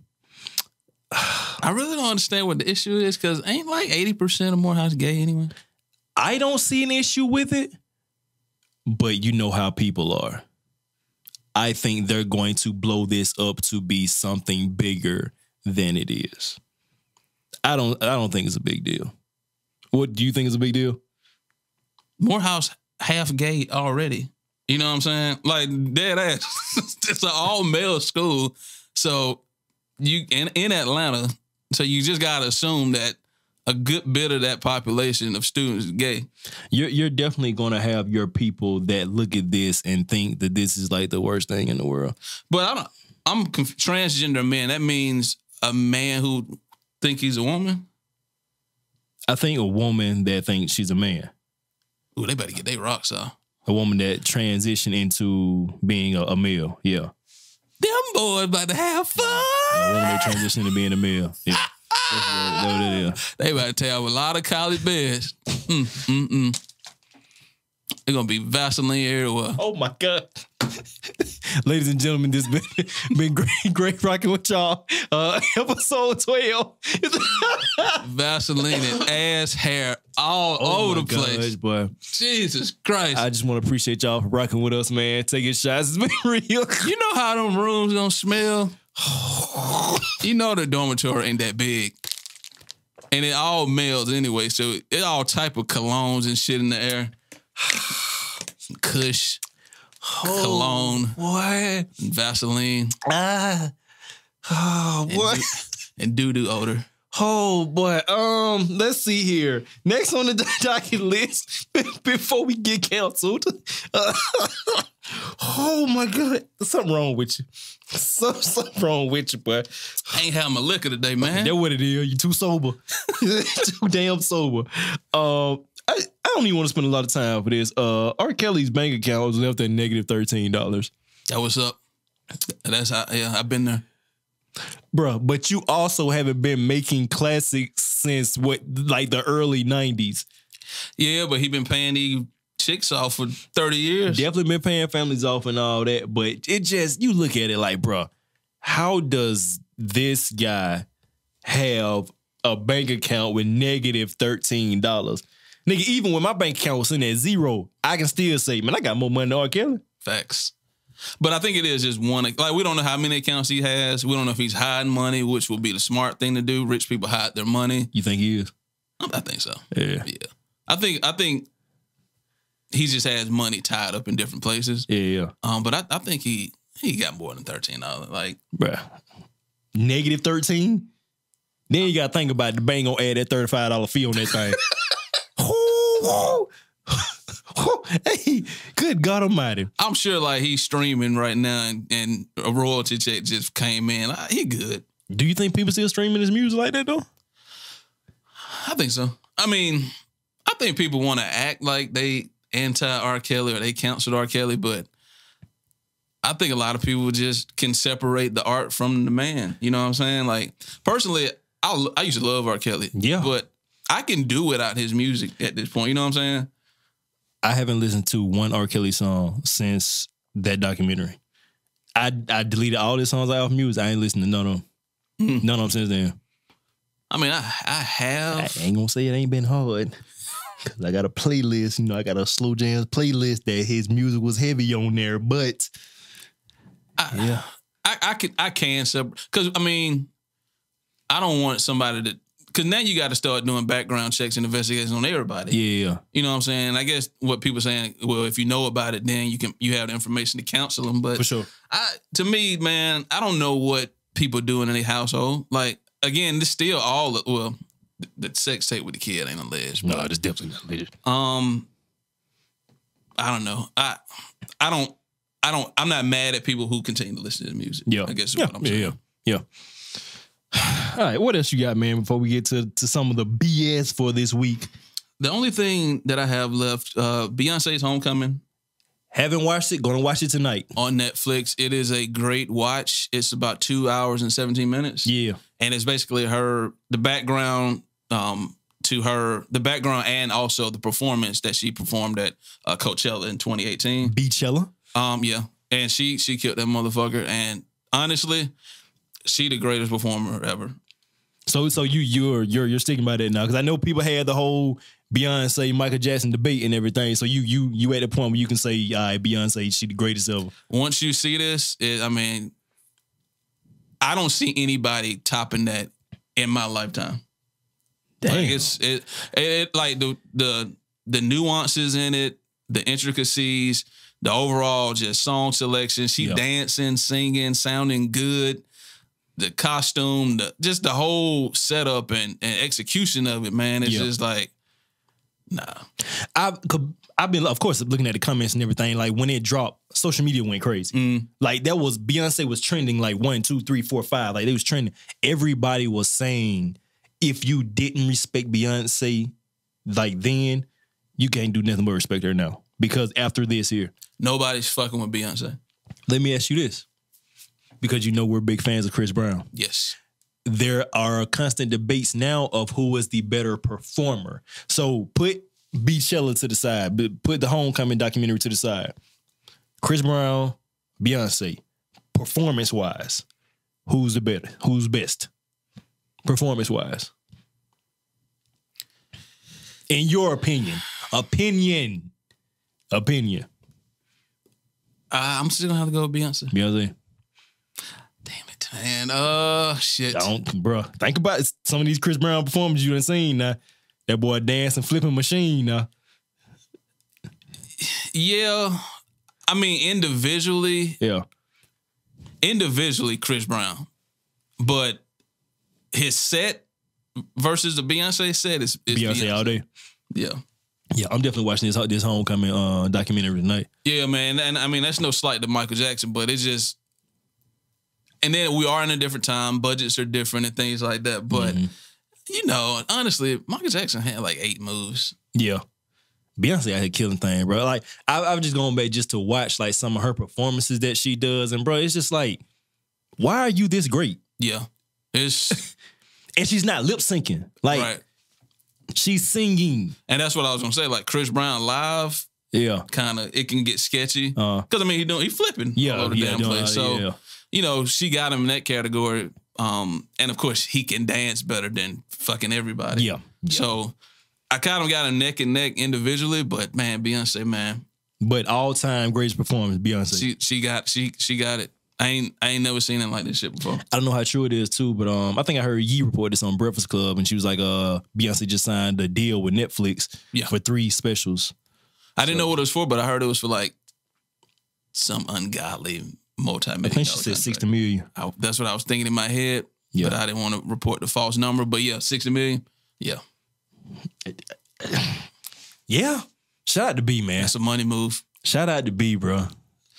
Speaker 3: I really don't understand what the issue is because ain't like 80% of Morehouse gay anyway.
Speaker 4: I don't see an issue with it, but you know how people are. I think they're going to blow this up to be something bigger than it is. I don't I don't think it's a big deal. What do you think is a big deal?
Speaker 3: Morehouse half gay already. You know what I'm saying? Like dead ass. it's an all male school, so you in in Atlanta. So you just gotta assume that a good bit of that population of students is gay.
Speaker 4: You're you're definitely gonna have your people that look at this and think that this is like the worst thing in the world.
Speaker 3: But I don't. I'm conf- transgender man. That means a man who think he's a woman.
Speaker 4: I think a woman that thinks she's a man,
Speaker 3: Ooh, they better get their rocks off.
Speaker 4: a woman that transitioned into being a, a male, yeah.
Speaker 3: Them boys about to have
Speaker 4: A woman
Speaker 3: fun.
Speaker 4: that transitioned to being a male, yeah. That's what- that's what it is.
Speaker 3: They about to tear up a lot of college beds. Mm, mm, mm. They're gonna be Vaseline everywhere.
Speaker 4: Oh my god. Ladies and gentlemen, this has been, been great, great rocking with y'all. Uh, episode 12.
Speaker 3: Vaseline and ass hair all over the place.
Speaker 4: Boy.
Speaker 3: Jesus Christ.
Speaker 4: Oh I just want to appreciate y'all for rocking with us, man. Taking shots. It's been real.
Speaker 3: you know how them rooms don't smell? you know the dormitory ain't that big. And it all males anyway, so it all type of colognes and shit in the air. Kush,
Speaker 4: Oh.
Speaker 3: cologne,
Speaker 4: What?
Speaker 3: and Vaseline,
Speaker 4: Ah. Oh, what?
Speaker 3: and doo-doo odor.
Speaker 4: Oh boy. Um, let's see here. Next on the docket list before we get canceled. Uh, oh my god. Something wrong with you. So, something wrong with you, boy.
Speaker 3: I ain't had my liquor today, man.
Speaker 4: That what it is. You too sober. too damn sober. Um I, I don't even want to spend a lot of time for this. Uh R. Kelly's bank account was left at negative thirteen dollars.
Speaker 3: That was up. That's how, yeah, I've been there.
Speaker 4: Bruh, but you also haven't been making classics since what like the early nineties.
Speaker 3: Yeah, but he been paying these chicks off for 30 years.
Speaker 4: Definitely been paying families off and all that, but it just you look at it like, bruh, how does this guy have a bank account with negative thirteen dollars? Nigga, even when my bank account was in at zero, I can still say, man, I got more money than R. Kelly.
Speaker 3: Facts. But I think it is just one. Like we don't know how many accounts he has. We don't know if he's hiding money, which would be the smart thing to do. Rich people hide their money.
Speaker 4: You think he is?
Speaker 3: I I think so.
Speaker 4: Yeah.
Speaker 3: Yeah, I think I think he just has money tied up in different places.
Speaker 4: Yeah, yeah.
Speaker 3: Um, but I, I think he he got more than thirteen dollars. Like
Speaker 4: Bruh. Negative 13? Then you gotta think about the bank gonna add that $35 fee on that thing. Ooh, ooh. hey, good God almighty.
Speaker 3: I'm sure like he's streaming right now, and, and a royalty check just came in. Like, he good.
Speaker 4: Do you think people still streaming his music like that though?
Speaker 3: I think so. I mean, I think people want to act like they anti R. Kelly or they counseled R. Kelly, but I think a lot of people just can separate the art from the man. You know what I'm saying? Like personally, I l- I used to love R. Kelly.
Speaker 4: Yeah.
Speaker 3: but I can do without his music at this point. You know what I'm saying?
Speaker 4: I haven't listened to one R. Kelly song since that documentary. I I deleted all the songs off music. I ain't listened to none of them.
Speaker 3: Hmm.
Speaker 4: None of them since then.
Speaker 3: I mean, I I
Speaker 4: I
Speaker 3: have.
Speaker 4: ain't gonna say it ain't been hard. Cause I got a playlist, you know, I got a slow jams playlist that his music was heavy on there, but
Speaker 3: I-
Speaker 4: yeah.
Speaker 3: I, I could I can separate because I mean I don't want somebody to because now you got to start doing background checks and investigations on everybody.
Speaker 4: Yeah.
Speaker 3: You know what I'm saying? I guess what people saying, well, if you know about it, then you can you have the information to counsel them. But
Speaker 4: For sure.
Speaker 3: I to me, man, I don't know what people do in any household. Like again, this still all well, th- the sex tape with the kid ain't alleged.
Speaker 4: No, that's definitely not legit.
Speaker 3: but, um, I don't know. I I don't I don't I'm not mad at people who continue to listen to the music.
Speaker 4: Yeah.
Speaker 3: I guess is
Speaker 4: yeah.
Speaker 3: what I'm
Speaker 4: yeah,
Speaker 3: saying.
Speaker 4: yeah. Yeah. All right, what else you got, man, before we get to, to some of the BS for this week?
Speaker 3: The only thing that I have left, uh, Beyonce's Homecoming
Speaker 4: Haven't watched it, gonna watch it tonight.
Speaker 3: on Netflix. It is a great watch. It's about two hours and 17 minutes.
Speaker 4: Yeah.
Speaker 3: And it's basically her, the background um, to her, the background and also the performance that she performed at uh, Coachella in 2018.
Speaker 4: Beachella.
Speaker 3: Um, yeah. And she she killed that motherfucker. And honestly, she the greatest performer ever.
Speaker 4: So so you you're you're you're sticking by that now because I know people had the whole Beyonce Michael Jackson debate and everything. So you you you at the point where you can say, all right, Beyonce, she the greatest ever.
Speaker 3: Once you see this, it, I mean, I don't see anybody topping that in my lifetime. Like it's it, it it- like the the the nuances in it, the intricacies, the overall just song selection. She
Speaker 4: Yeah.
Speaker 3: dancing, singing, sounding good. The costume, the just the whole setup and, and execution of it, man. It's
Speaker 4: Yeah.
Speaker 3: just like, nah.
Speaker 4: I've co- I've been of course looking at the comments and everything. Like when it dropped, social media went crazy.
Speaker 3: Mm.
Speaker 4: Like that was Beyonce was trending like one, two, three, four, five. Like they was trending. Everybody was saying if you didn't respect Beyonce like then, you can't do nothing but respect her now. Because after this here,
Speaker 3: Nobody's fucking with Beyonce.
Speaker 4: let me ask you this. Because you know we're big fans of Chris Brown
Speaker 3: Yes.
Speaker 4: there are constant debates now of who is the better performer. So put Beachella to the side, but put the Homecoming documentary to the side. Chris Brown, Beyonce, performance wise, who's the better? Who's best? Performance wise, in your opinion, opinion, opinion,
Speaker 3: Uh, I'm still gonna have to go with Beyonce.
Speaker 4: Beyonce.
Speaker 3: Damn it, man. Uh shit.
Speaker 4: Don't, bruh. Think about it. some of these Chris Brown performances you done seen now. That boy dancing, flipping machine now.
Speaker 3: Yeah. I mean, individually,
Speaker 4: Yeah.
Speaker 3: individually Chris Brown, but his set versus the Beyonce set is, is
Speaker 4: Beyonce, all day.
Speaker 3: Yeah,
Speaker 4: Yeah, I'm definitely watching this this homecoming uh, documentary tonight.
Speaker 3: yeah, man. And I mean, that's no slight to Michael Jackson, but it's just. And then we are in a different time. Budgets are different and things like that. But
Speaker 4: Mm-hmm.
Speaker 3: you know, honestly, Michael Jackson had like eight moves.
Speaker 4: Yeah. Beyonce out here killing thing, bro. Like I, I'm just going back just to watch like some of her performances that she does, and bro, it's just like, why are you this great?
Speaker 3: Yeah, it's
Speaker 4: And she's not lip syncing, like
Speaker 3: right.
Speaker 4: she's singing.
Speaker 3: And that's what I was gonna say. Like Chris Brown live,
Speaker 4: Yeah,
Speaker 3: kind of it can get sketchy.
Speaker 4: uh,
Speaker 3: Cause I mean, he doing he flipping
Speaker 4: yeah,
Speaker 3: all over the
Speaker 4: yeah,
Speaker 3: damn
Speaker 4: doing
Speaker 3: place.
Speaker 4: all-
Speaker 3: So
Speaker 4: yeah.
Speaker 3: you know, she got him in that category. Um, and of course, he can dance better than fucking everybody.
Speaker 4: yeah, yeah.
Speaker 3: So I kind of got him neck and neck individually, but man, Beyonce, man,
Speaker 4: But all time greatest performance, Beyonce.
Speaker 3: She she got she she got it. I ain't I ain't never seen it like this shit before.
Speaker 4: I don't know how true it is too, but um, I think I heard Yee report this on Breakfast Club, and she was like, "Uh, Beyonce just signed a deal with Netflix
Speaker 3: Yeah.
Speaker 4: for three specials."
Speaker 3: I didn't know what it was for, but I heard it was for like some ungodly multi-million.
Speaker 4: I think she
Speaker 3: dollar
Speaker 4: said
Speaker 3: contract.
Speaker 4: sixty million.
Speaker 3: I, that's what I was thinking in my head.
Speaker 4: Yeah.
Speaker 3: But uh, I didn't want to report the false number. But yeah, 60 million. Yeah.
Speaker 4: Yeah, shout out to B man.
Speaker 3: That's a money move.
Speaker 4: Shout out to B, bro.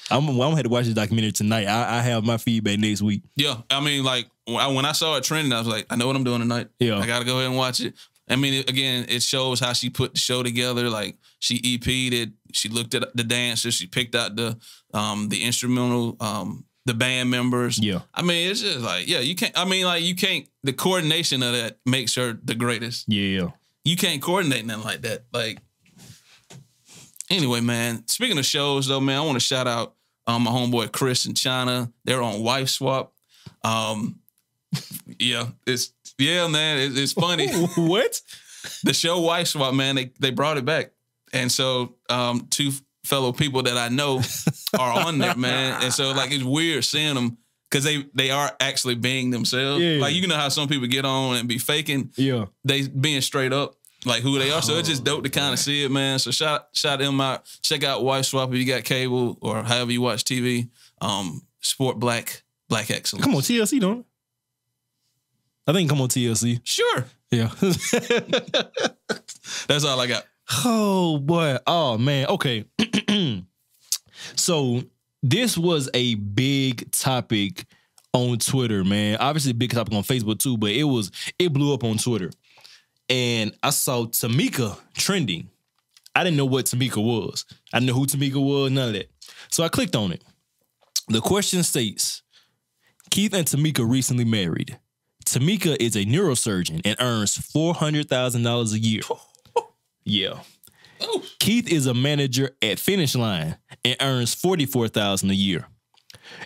Speaker 4: I'm I'm gonna have to watch this documentary tonight. I, I have my feedback next week.
Speaker 3: Yeah. I mean, like when I, when I saw it trending, I was like, I know what I'm doing tonight.
Speaker 4: Yeah.
Speaker 3: I got to go ahead and watch it. I mean, it- again, it shows how she put the show together. Like she EP'd it. She looked at the dancers. She picked out the um the instrumental um the band members.
Speaker 4: Yeah.
Speaker 3: I mean, it's just like, yeah, you can't. I mean, like you can't. The coordination of that makes her the greatest.
Speaker 4: Yeah,
Speaker 3: you can't coordinate nothing like that. Like, anyway, man. Speaking of shows, though, man, I want to shout out um, my homeboy Chris and China. They're on Wife Swap. Um, yeah, it's yeah, man. It, it's funny.
Speaker 4: what?
Speaker 3: the show Wife Swap, man. They they brought it back, and so um, two fellow people that I know are on there, man. And so like it's weird seeing them. Cause they they are actually being themselves.
Speaker 4: Yeah.
Speaker 3: Like you know how some people get on and be faking
Speaker 4: Yeah,
Speaker 3: they being straight up like who they are. So it's just dope to
Speaker 4: Oh,
Speaker 3: kind of see it, man. So shout shout them out. Check out Wife Swap if you got cable or however you watch TV. Um, Sport Black Black Excellence.
Speaker 4: come on TLC, don't it? I think come on TLC.
Speaker 3: sure.
Speaker 4: Yeah.
Speaker 3: That's all I got.
Speaker 4: Oh boy. Oh man. Okay. so this was a big topic on Twitter, man. Obviously, big topic on Facebook too, but it was it blew up on Twitter. And I saw Tamika trending. I didn't know what Tamika was. I didn't know who Tamika was, none of that. So I clicked on it. The question states Keith and Tamika recently married. Tamika is a neurosurgeon and earns $400,000 a year. Yeah.
Speaker 3: Oh.
Speaker 4: Keith is a manager at Finish Line and earns $44,000 a year.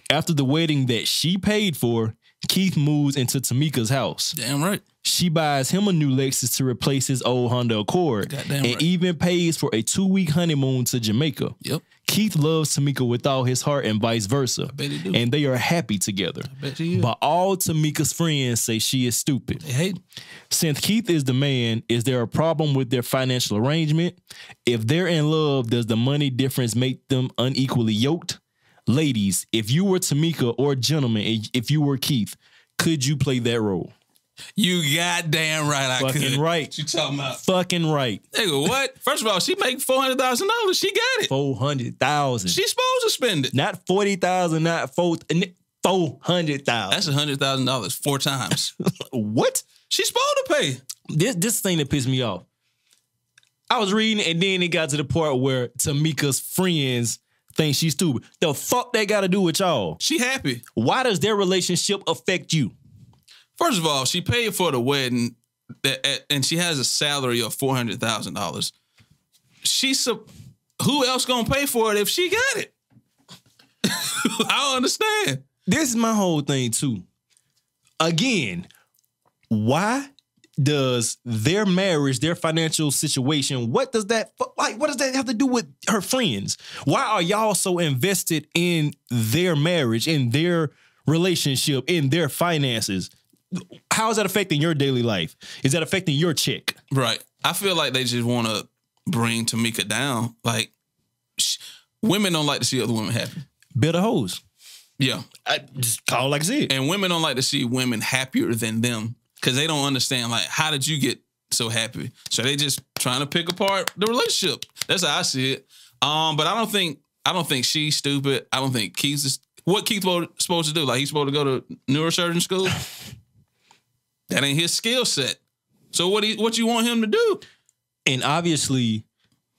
Speaker 4: After the wedding that she paid for, Keith moves into Tamika's house.
Speaker 3: Damn right.
Speaker 4: She buys him a new Lexus to replace his old Honda Accord
Speaker 3: Goddamn
Speaker 4: and
Speaker 3: right.
Speaker 4: even pays for a two week honeymoon to Jamaica.
Speaker 3: Yep.
Speaker 4: Keith loves Tamika with all his heart and vice versa.
Speaker 3: bet he do.
Speaker 4: And they are happy together.
Speaker 3: bet he is.
Speaker 4: But all Tamika's friends say she is stupid.
Speaker 3: Hey.
Speaker 4: Since Keith is the man, is there a problem with their financial arrangement? If they're in love, does the money difference make them unequally yoked? Ladies, if you were Tamika or gentlemen, i- if you were Keith, could you play that role?
Speaker 3: You goddamn right I
Speaker 4: Fucking
Speaker 3: could.
Speaker 4: right.
Speaker 3: What you talking about?
Speaker 4: Fucking right.
Speaker 3: Nigga, what? First of all, she make four hundred thousand dollars. She got it.
Speaker 4: 400,000.
Speaker 3: She's supposed to spend it.
Speaker 4: Not 40,000, not four, n- 400,000.
Speaker 3: That's hundred thousand dollars four times.
Speaker 4: What?
Speaker 3: She's supposed to pay.
Speaker 4: this this thing that pissed me off. I was reading, and then it got to the part where Tamika's friends think she's stupid. The fuck they got to do with y'all?
Speaker 3: She happy.
Speaker 4: Why does their relationship affect you?
Speaker 3: First of all, she paid for the wedding, that- at- and she has a salary of four hundred thousand dollars. She's sup- who else gonna pay for it if she got it? I don't understand.
Speaker 4: This is my whole thing too. Again, why does their marriage, their financial situation, what does that fu- like? What does that have to do with her friends? Why are y'all so invested in their marriage, in their relationship, in their finances? How is that affecting your daily life? Is that affecting your check?
Speaker 3: Right. I feel like they just want to bring Tamika down. Like sh- women don't like to see other women happy.
Speaker 4: Bitter hoes.
Speaker 3: Yeah,
Speaker 4: I just call it like I said.
Speaker 3: and women don't like to see women happier than them because they don't understand. Like, how did you get so happy? So they just trying to pick apart the relationship. That's how I see it. Um, but I don't think I don't think she's stupid. I don't think Keith's is, what Keith supposed supposed to do. Like he's supposed to go to neurosurgeon school. that ain't his skill set. So what do you, what you want him to do?
Speaker 4: And obviously,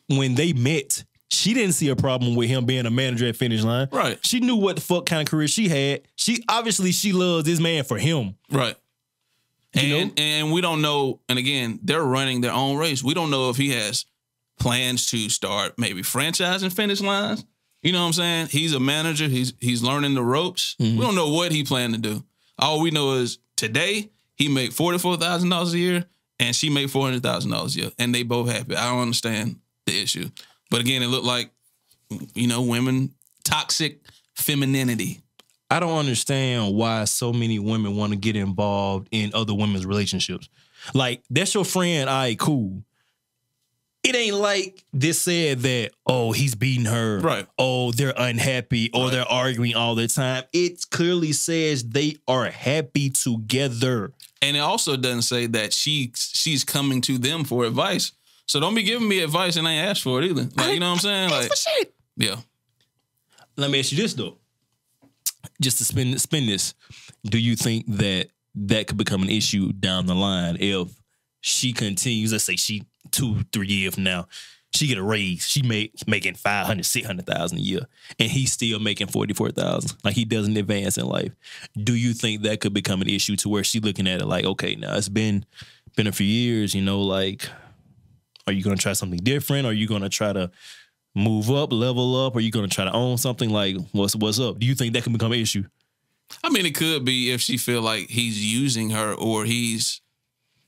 Speaker 4: when they met, she didn't see a problem with him being a manager at Finish Line.
Speaker 3: Right.
Speaker 4: She knew what the fuck kind of career she had. She obviously she loves this man for him.
Speaker 3: Right. And,
Speaker 4: You know?
Speaker 3: and we don't know. And again, they're running their own race. We don't know if he has plans to start maybe franchising finish lines. You know what I'm saying? He's a manager. He's he's learning the ropes.
Speaker 4: Mm-hmm.
Speaker 3: We don't know what he planned to do. All we know is today he made forty four thousand dollars a year, and she made four hundred thousand dollars a year, and they both happy. I don't understand the issue, but again, it looked like you know, women toxic femininity.
Speaker 4: I don't understand why so many women want to get involved in other women's relationships. Like, that's your friend, I cool. It ain't like this said that, oh, he's beating her.
Speaker 3: Right.
Speaker 4: Oh, they're unhappy or they're arguing all the time. It clearly says they are happy together.
Speaker 3: And it also doesn't say that she she's coming to them for advice. So don't be giving me advice and I ain't asked for it either. Like, you know what I'm saying? Like,
Speaker 4: shit.
Speaker 3: yeah.
Speaker 4: Let me ask you this though. Just to spin spin this, do you think that that could become an issue down the line if she continues? Let's say she two three years from now, she get a raise. She make making 500, 600,000 a year, and he's still making forty four thousand. Like he doesn't advance in life. Do you think that could become an issue to where she looking at it like, okay, now it's been been a few years, you know, like. Are you gonna try something different? Are you gonna try to move up, level up? Are you gonna try to own something? Like what's what's up? Do you think that can become an issue?
Speaker 3: I mean, it could be if she feel like he's using her or he's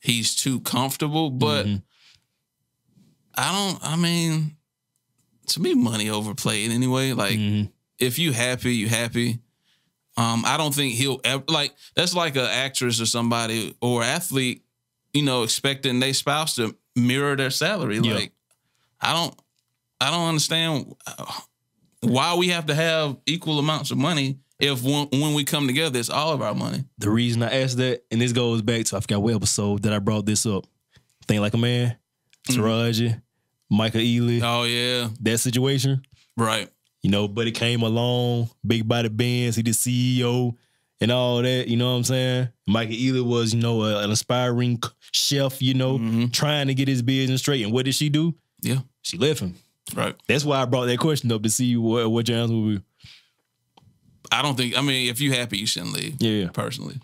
Speaker 3: he's too comfortable. But
Speaker 4: Mm-hmm.
Speaker 3: I don't. I mean, to me, money overplayed anyway. Like,
Speaker 4: Mm-hmm.
Speaker 3: if you happy, you happy. Um, I don't think he'll ever like. That's like an actress or somebody or athlete. You know, expecting their spouse to mirror their salary.
Speaker 4: Yeah.
Speaker 3: Like, I don't. I don't understand uh, why we have to have equal amounts of money if when, when we come together, it's all of our money.
Speaker 4: The reason I asked that, and this goes back to I forgot what episode that I brought this up. Think like a man, Taraji, Michael Ealy,
Speaker 3: Mm-hmm. Oh yeah,
Speaker 4: that situation.
Speaker 3: right.
Speaker 4: You know, but it came along, big body bands, he the CEO and all that, you know what I'm saying? Michael Ealy was, you know, a- an aspiring chef, you know,
Speaker 3: Mm-hmm.
Speaker 4: trying to get his business straight. And what did she do?
Speaker 3: Yeah,
Speaker 4: She left him.
Speaker 3: right.
Speaker 4: That's why I brought that question up to see what, what your answer would be.
Speaker 3: I don't think. I mean, if you happy, you shouldn't leave.
Speaker 4: Yeah.
Speaker 3: personally.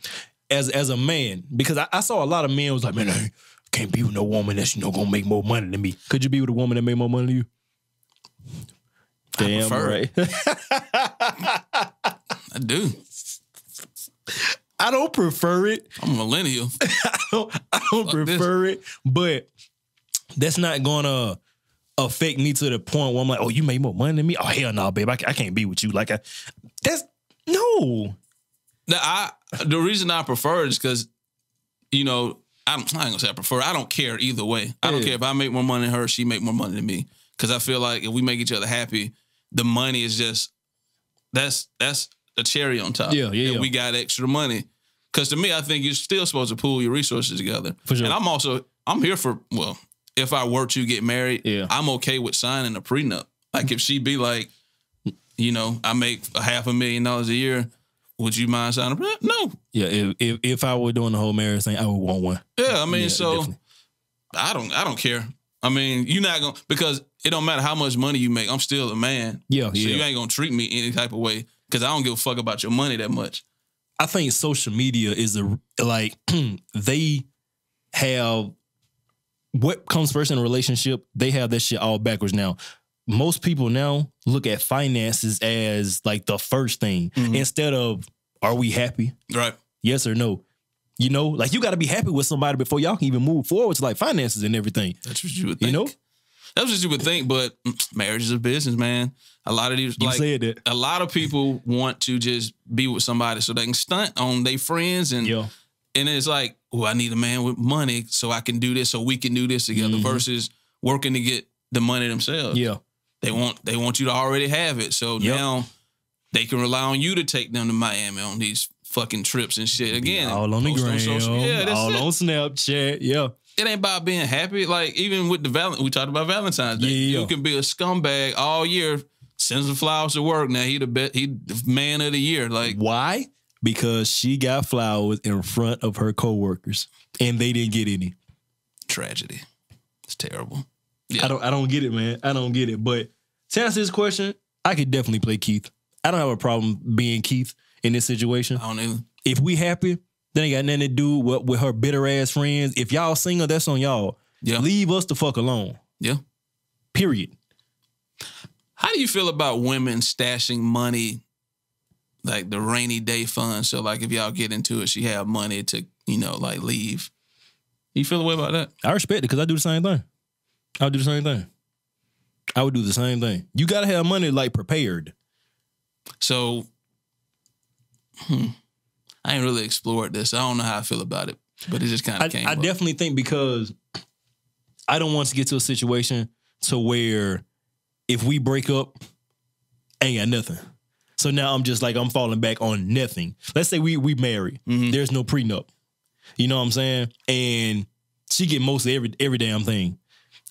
Speaker 4: as as a man because I, I saw a lot of men was like, man, I can't be with no woman that's you know gonna make more money than me. Could you be with a woman that made more money than you? Damn
Speaker 3: prefer
Speaker 4: right.
Speaker 3: it. I do.
Speaker 4: I don't prefer it.
Speaker 3: I'm a millennial.
Speaker 4: I don't, I don't
Speaker 3: Fuck this.
Speaker 4: prefer it, but that's not gonna affect me to the point where I'm like, oh, you made more money than me. Oh hell no, babe, I, ca- I can't be with you. Like I, that's no.
Speaker 3: No, I the reason I prefer it is because, you know, I'm, I ain't gonna say I prefer. I don't care either way. I don't
Speaker 4: Yeah.
Speaker 3: care if I make more money than her, she make more money than me. Because I feel like if we make each other happy, the money is just that's that's a cherry on top.
Speaker 4: Yeah, yeah,
Speaker 3: And
Speaker 4: yeah.
Speaker 3: we got extra money. Because to me, I think you're still supposed to pool your resources together.
Speaker 4: For sure.
Speaker 3: And I'm also I'm here for well, if I were to get married,
Speaker 4: Yeah.
Speaker 3: I'm okay with signing a prenup. Like if she be like, you know, I make a half a million dollars a year. Would you mind signing? up? No.
Speaker 4: Yeah, if, if if I were doing the whole marriage thing, I would want one.
Speaker 3: Yeah, I mean,
Speaker 4: Yeah,
Speaker 3: so
Speaker 4: definitely.
Speaker 3: I don't, I don't care. I mean, you're not gonna because it don't matter how much money you make. I'm still a man.
Speaker 4: Yeah,
Speaker 3: so
Speaker 4: yeah.
Speaker 3: you ain't gonna treat me any type of way because I don't give a fuck about your money that much.
Speaker 4: I think social media is a like they have what comes first in a relationship. They have that shit all backwards now. Most people now look at finances as like the first thing instead of are we happy?
Speaker 3: Right.
Speaker 4: Yes or no. You know, like you got to be happy with somebody before y'all can even move forward to like finances and everything.
Speaker 3: That's what you would
Speaker 4: You
Speaker 3: think.
Speaker 4: know?
Speaker 3: That's what you would think, but mm, marriage is a business, man. A lot of these
Speaker 4: You
Speaker 3: like
Speaker 4: said that.
Speaker 3: a lot of people want to just be with somebody so they can stunt on their friends and
Speaker 4: Yeah.
Speaker 3: and it's like, oh, I need a man with money so I can do this, so we can do this together.
Speaker 4: Mm-hmm.
Speaker 3: Versus working to get the money themselves.
Speaker 4: Yeah.
Speaker 3: They want they want you to already have it, so
Speaker 4: Yep.
Speaker 3: now they can rely on you to take them to Miami on these fucking trips and shit. Again,
Speaker 4: all on the
Speaker 3: post
Speaker 4: gram.
Speaker 3: social- yeah, that's
Speaker 4: all
Speaker 3: it.
Speaker 4: on Snapchat. Yeah.
Speaker 3: it ain't about being happy. Like even with the Valent, we talked about Valentine's Day.
Speaker 4: Yeah, yeah.
Speaker 3: You can be a scumbag all year, sends the flowers to work. Now he the best, he the man of the year. Like
Speaker 4: Why? Because she got flowers in front of her coworkers and they didn't get any.
Speaker 3: tragedy. It's terrible.
Speaker 4: I don't I don't get it, man. I don't get it. But to answer this question, I could definitely play Keith. I don't have a problem being Keith in this situation.
Speaker 3: I don't even.
Speaker 4: If we happy, then ain't got nothing to do with, with her bitter ass friends. If y'all single, that's on y'all.
Speaker 3: Yeah.
Speaker 4: Leave us the fuck alone.
Speaker 3: Yeah.
Speaker 4: Period.
Speaker 3: How do you feel about women stashing money, like the rainy day fund? So like if y'all get into it, she have money to you know like leave. You feel a way about that?
Speaker 4: I respect it because I do the same thing. I'll do the same thing. I would do the same thing. You gotta have money like prepared.
Speaker 3: So, hmm, I ain't really explored this. I don't know how I feel about it, but it just kind
Speaker 4: I,
Speaker 3: of came.
Speaker 4: I
Speaker 3: up.
Speaker 4: definitely think because I don't want to get to a situation to where if we break up, I ain't got nothing. So now I'm just like I'm falling back on nothing. Let's say we we married.
Speaker 3: Mm-hmm.
Speaker 4: There's no prenup. You know what I'm saying? And she get most of every every damn thing.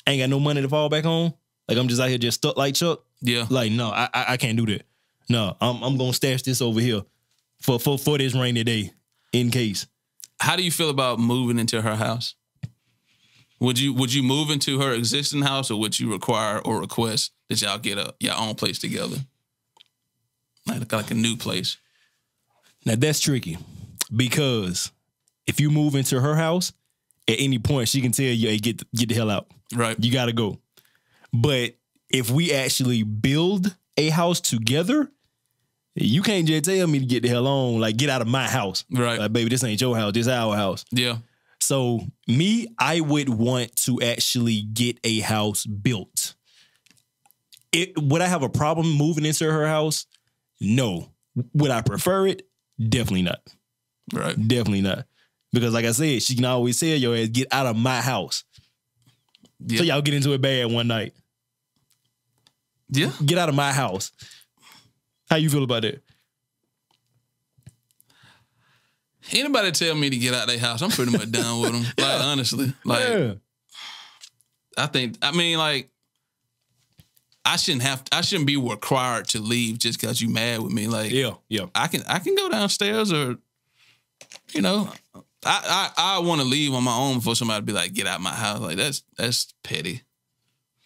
Speaker 4: I ain't got no money to fall back on. Like I'm just out here just stuck like Chuck.
Speaker 3: yeah,
Speaker 4: Like no, I I, I can't do that. No, I'm I'm gonna stash this over here for for for this rainy day in case.
Speaker 3: how do you feel about moving into her house? Would you would you move into her existing house, or would you require or request that y'all get a your own place together, like like a new place?
Speaker 4: Now that's tricky because if you move into her house, at any point she can tell you, "Hey, get get the hell out.
Speaker 3: Right.
Speaker 4: You got to go." But if we actually build a house together, you can't just tell me to get the hell on, like get out of my house,
Speaker 3: Right.
Speaker 4: Like, baby, this ain't your house, this our house.
Speaker 3: Yeah.
Speaker 4: So me, I would want to actually get a house built. It would I have a problem moving into her house? No. Would I prefer it? Definitely not.
Speaker 3: Right.
Speaker 4: Definitely not. Because like I said, she can always tell your ass, get out of my house.
Speaker 3: Yeah.
Speaker 4: So y'all get into it bad one night.
Speaker 3: yeah.
Speaker 4: Get out of my house. How you feel about that?
Speaker 3: Anybody tell me to get out of their house, I'm pretty much down with them. Like honestly, like I think I mean like I shouldn't have I shouldn't be required to leave just because you mad with me. Like
Speaker 4: yeah, yeah.
Speaker 3: I can I can go downstairs or you know I I, I want to leave on my own before somebody be like get out my house. Like that's that's petty.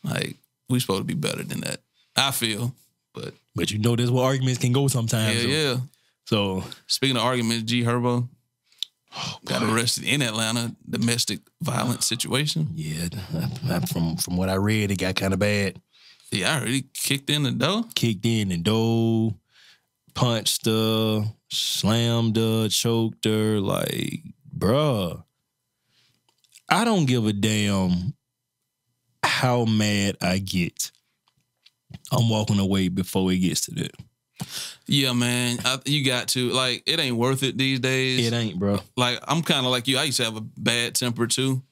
Speaker 3: Like we supposed to be better than that. I feel, but
Speaker 4: But you know that's where arguments can go
Speaker 3: yeah,
Speaker 4: sometimes. so-
Speaker 3: yeah.
Speaker 4: So
Speaker 3: Speaking of arguments, G Herbo got arrested in Atlanta, domestic violence situation.
Speaker 4: yeah, I- I- from from what I read, it got kind of bad.
Speaker 3: Yeah, I already kicked in the door.
Speaker 4: Kicked in and dove, punched her, slammed her, choked her. Like, bruh, I don't give a damn how mad I get. I'm walking away before it gets to that.
Speaker 3: Yeah, man, I, you got to like it ain't worth it these days.
Speaker 4: It ain't, bro.
Speaker 3: like I'm kind of like you. I used to have a bad temper too,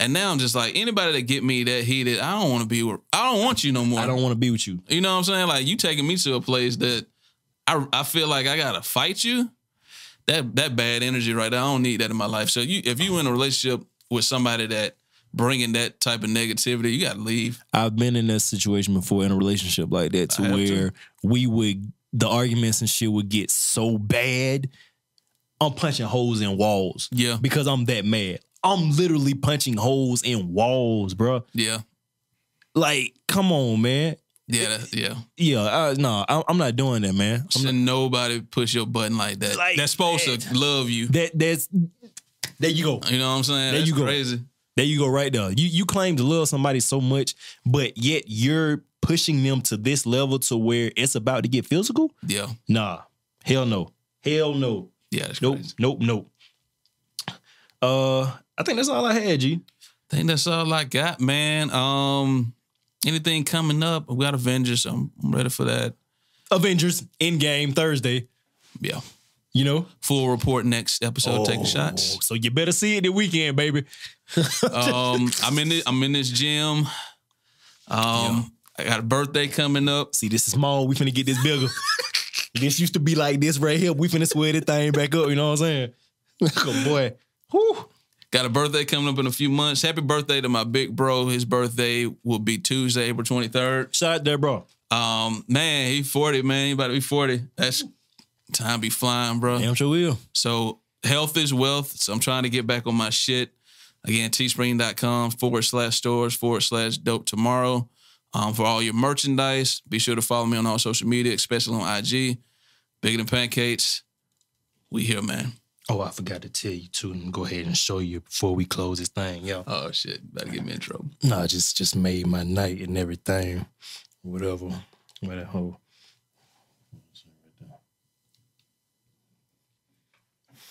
Speaker 3: and now I'm just like anybody that get me that heated, I don't want to be. with- I don't want you no more.
Speaker 4: I don't want to be with you.
Speaker 3: You know what I'm saying? Like you taking me to a place that I I feel like I gotta fight you. That that bad energy right there. I don't need that in my life. So you if you in a relationship with somebody that bringing that type of negativity, you gotta leave.
Speaker 4: I've been in that situation before in a relationship like that to
Speaker 3: I have too.
Speaker 4: where we would the arguments and shit would get so bad. I'm punching holes in walls
Speaker 3: Yeah,
Speaker 4: because I'm that mad. I'm literally punching holes in walls, bro.
Speaker 3: yeah,
Speaker 4: Like, come on, man.
Speaker 3: yeah, that, yeah.
Speaker 4: Yeah, uh, no, I, I'm not doing that, man. I'm not-
Speaker 3: Should nobody push your button like that.
Speaker 4: Like
Speaker 3: That's supposed
Speaker 4: that.
Speaker 3: to love you.
Speaker 4: that that's there you go.
Speaker 3: You know what I'm saying?
Speaker 4: There
Speaker 3: That's
Speaker 4: you go.
Speaker 3: Crazy.
Speaker 4: There you go, right there. You you claim to love somebody so much, but yet you're pushing them to this level to where it's about to get physical.
Speaker 3: Yeah,
Speaker 4: Nah, hell no, hell no.
Speaker 3: yeah. That's
Speaker 4: Nope,
Speaker 3: crazy.
Speaker 4: nope, nope. Uh, I think that's all I had, G.
Speaker 3: I think that's all I got, man. Um, anything coming up? We got Avengers. I'm I'm ready for that.
Speaker 4: Avengers in game Thursday.
Speaker 3: Yeah.
Speaker 4: You know,
Speaker 3: Full report next episode.
Speaker 4: Oh.
Speaker 3: Taking shots.
Speaker 4: So you better see it the weekend, baby.
Speaker 3: Um, I'm in. This, I'm in this gym. Um, I got a birthday coming up.
Speaker 4: See, this is small. We finna get this bigger. this used to be like this right here. We finna swear this thing back up. You know what I'm saying? Like a Oh, boy. Whew.
Speaker 3: Got a birthday coming up in a few months. Happy birthday to my big bro. His birthday will be Tuesday, April 23rd.
Speaker 4: Shout out there, bro.
Speaker 3: Um, man, he 40. Man, he about to be 40. That's time be flying, bro.
Speaker 4: Damn sure will.
Speaker 3: So health is wealth. So I'm trying to get back on my shit. Again, teespring.com forward slash stores forward slash dope tomorrow. Um, for all your merchandise, be sure to follow me on all social media, especially on IG. Bigger than pancakes. We here, man.
Speaker 4: Oh, I forgot to tell you too. And go ahead and show you before we close this thing. Yo.
Speaker 3: Oh shit. Better get me in trouble.
Speaker 4: No, just just made my night and everything. Whatever. Where that hoe?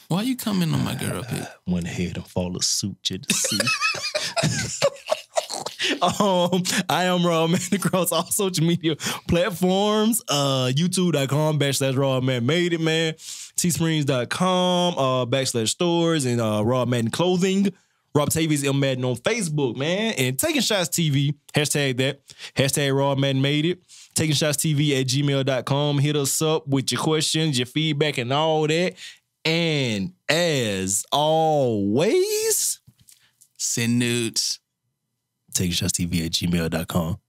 Speaker 3: Why you coming on my girl pic?
Speaker 4: Went ahead and fall asleep. Just see. um, I am Raw Man across all social media platforms. Uh, YouTube.com backslash Raw Man Made It Man. Teesprings.com uh, backslash stores and uh, Raw Madden Clothing. Rob Tavies M Madden on Facebook, man. And Taking Shots TV, hashtag that. Hashtag Raw Madden Made It. Taking Shots TV at gmail.com. Hit us up with your questions, your feedback, and all that. And as always,
Speaker 3: Send nudes.
Speaker 4: taking shots TV at gmail.com.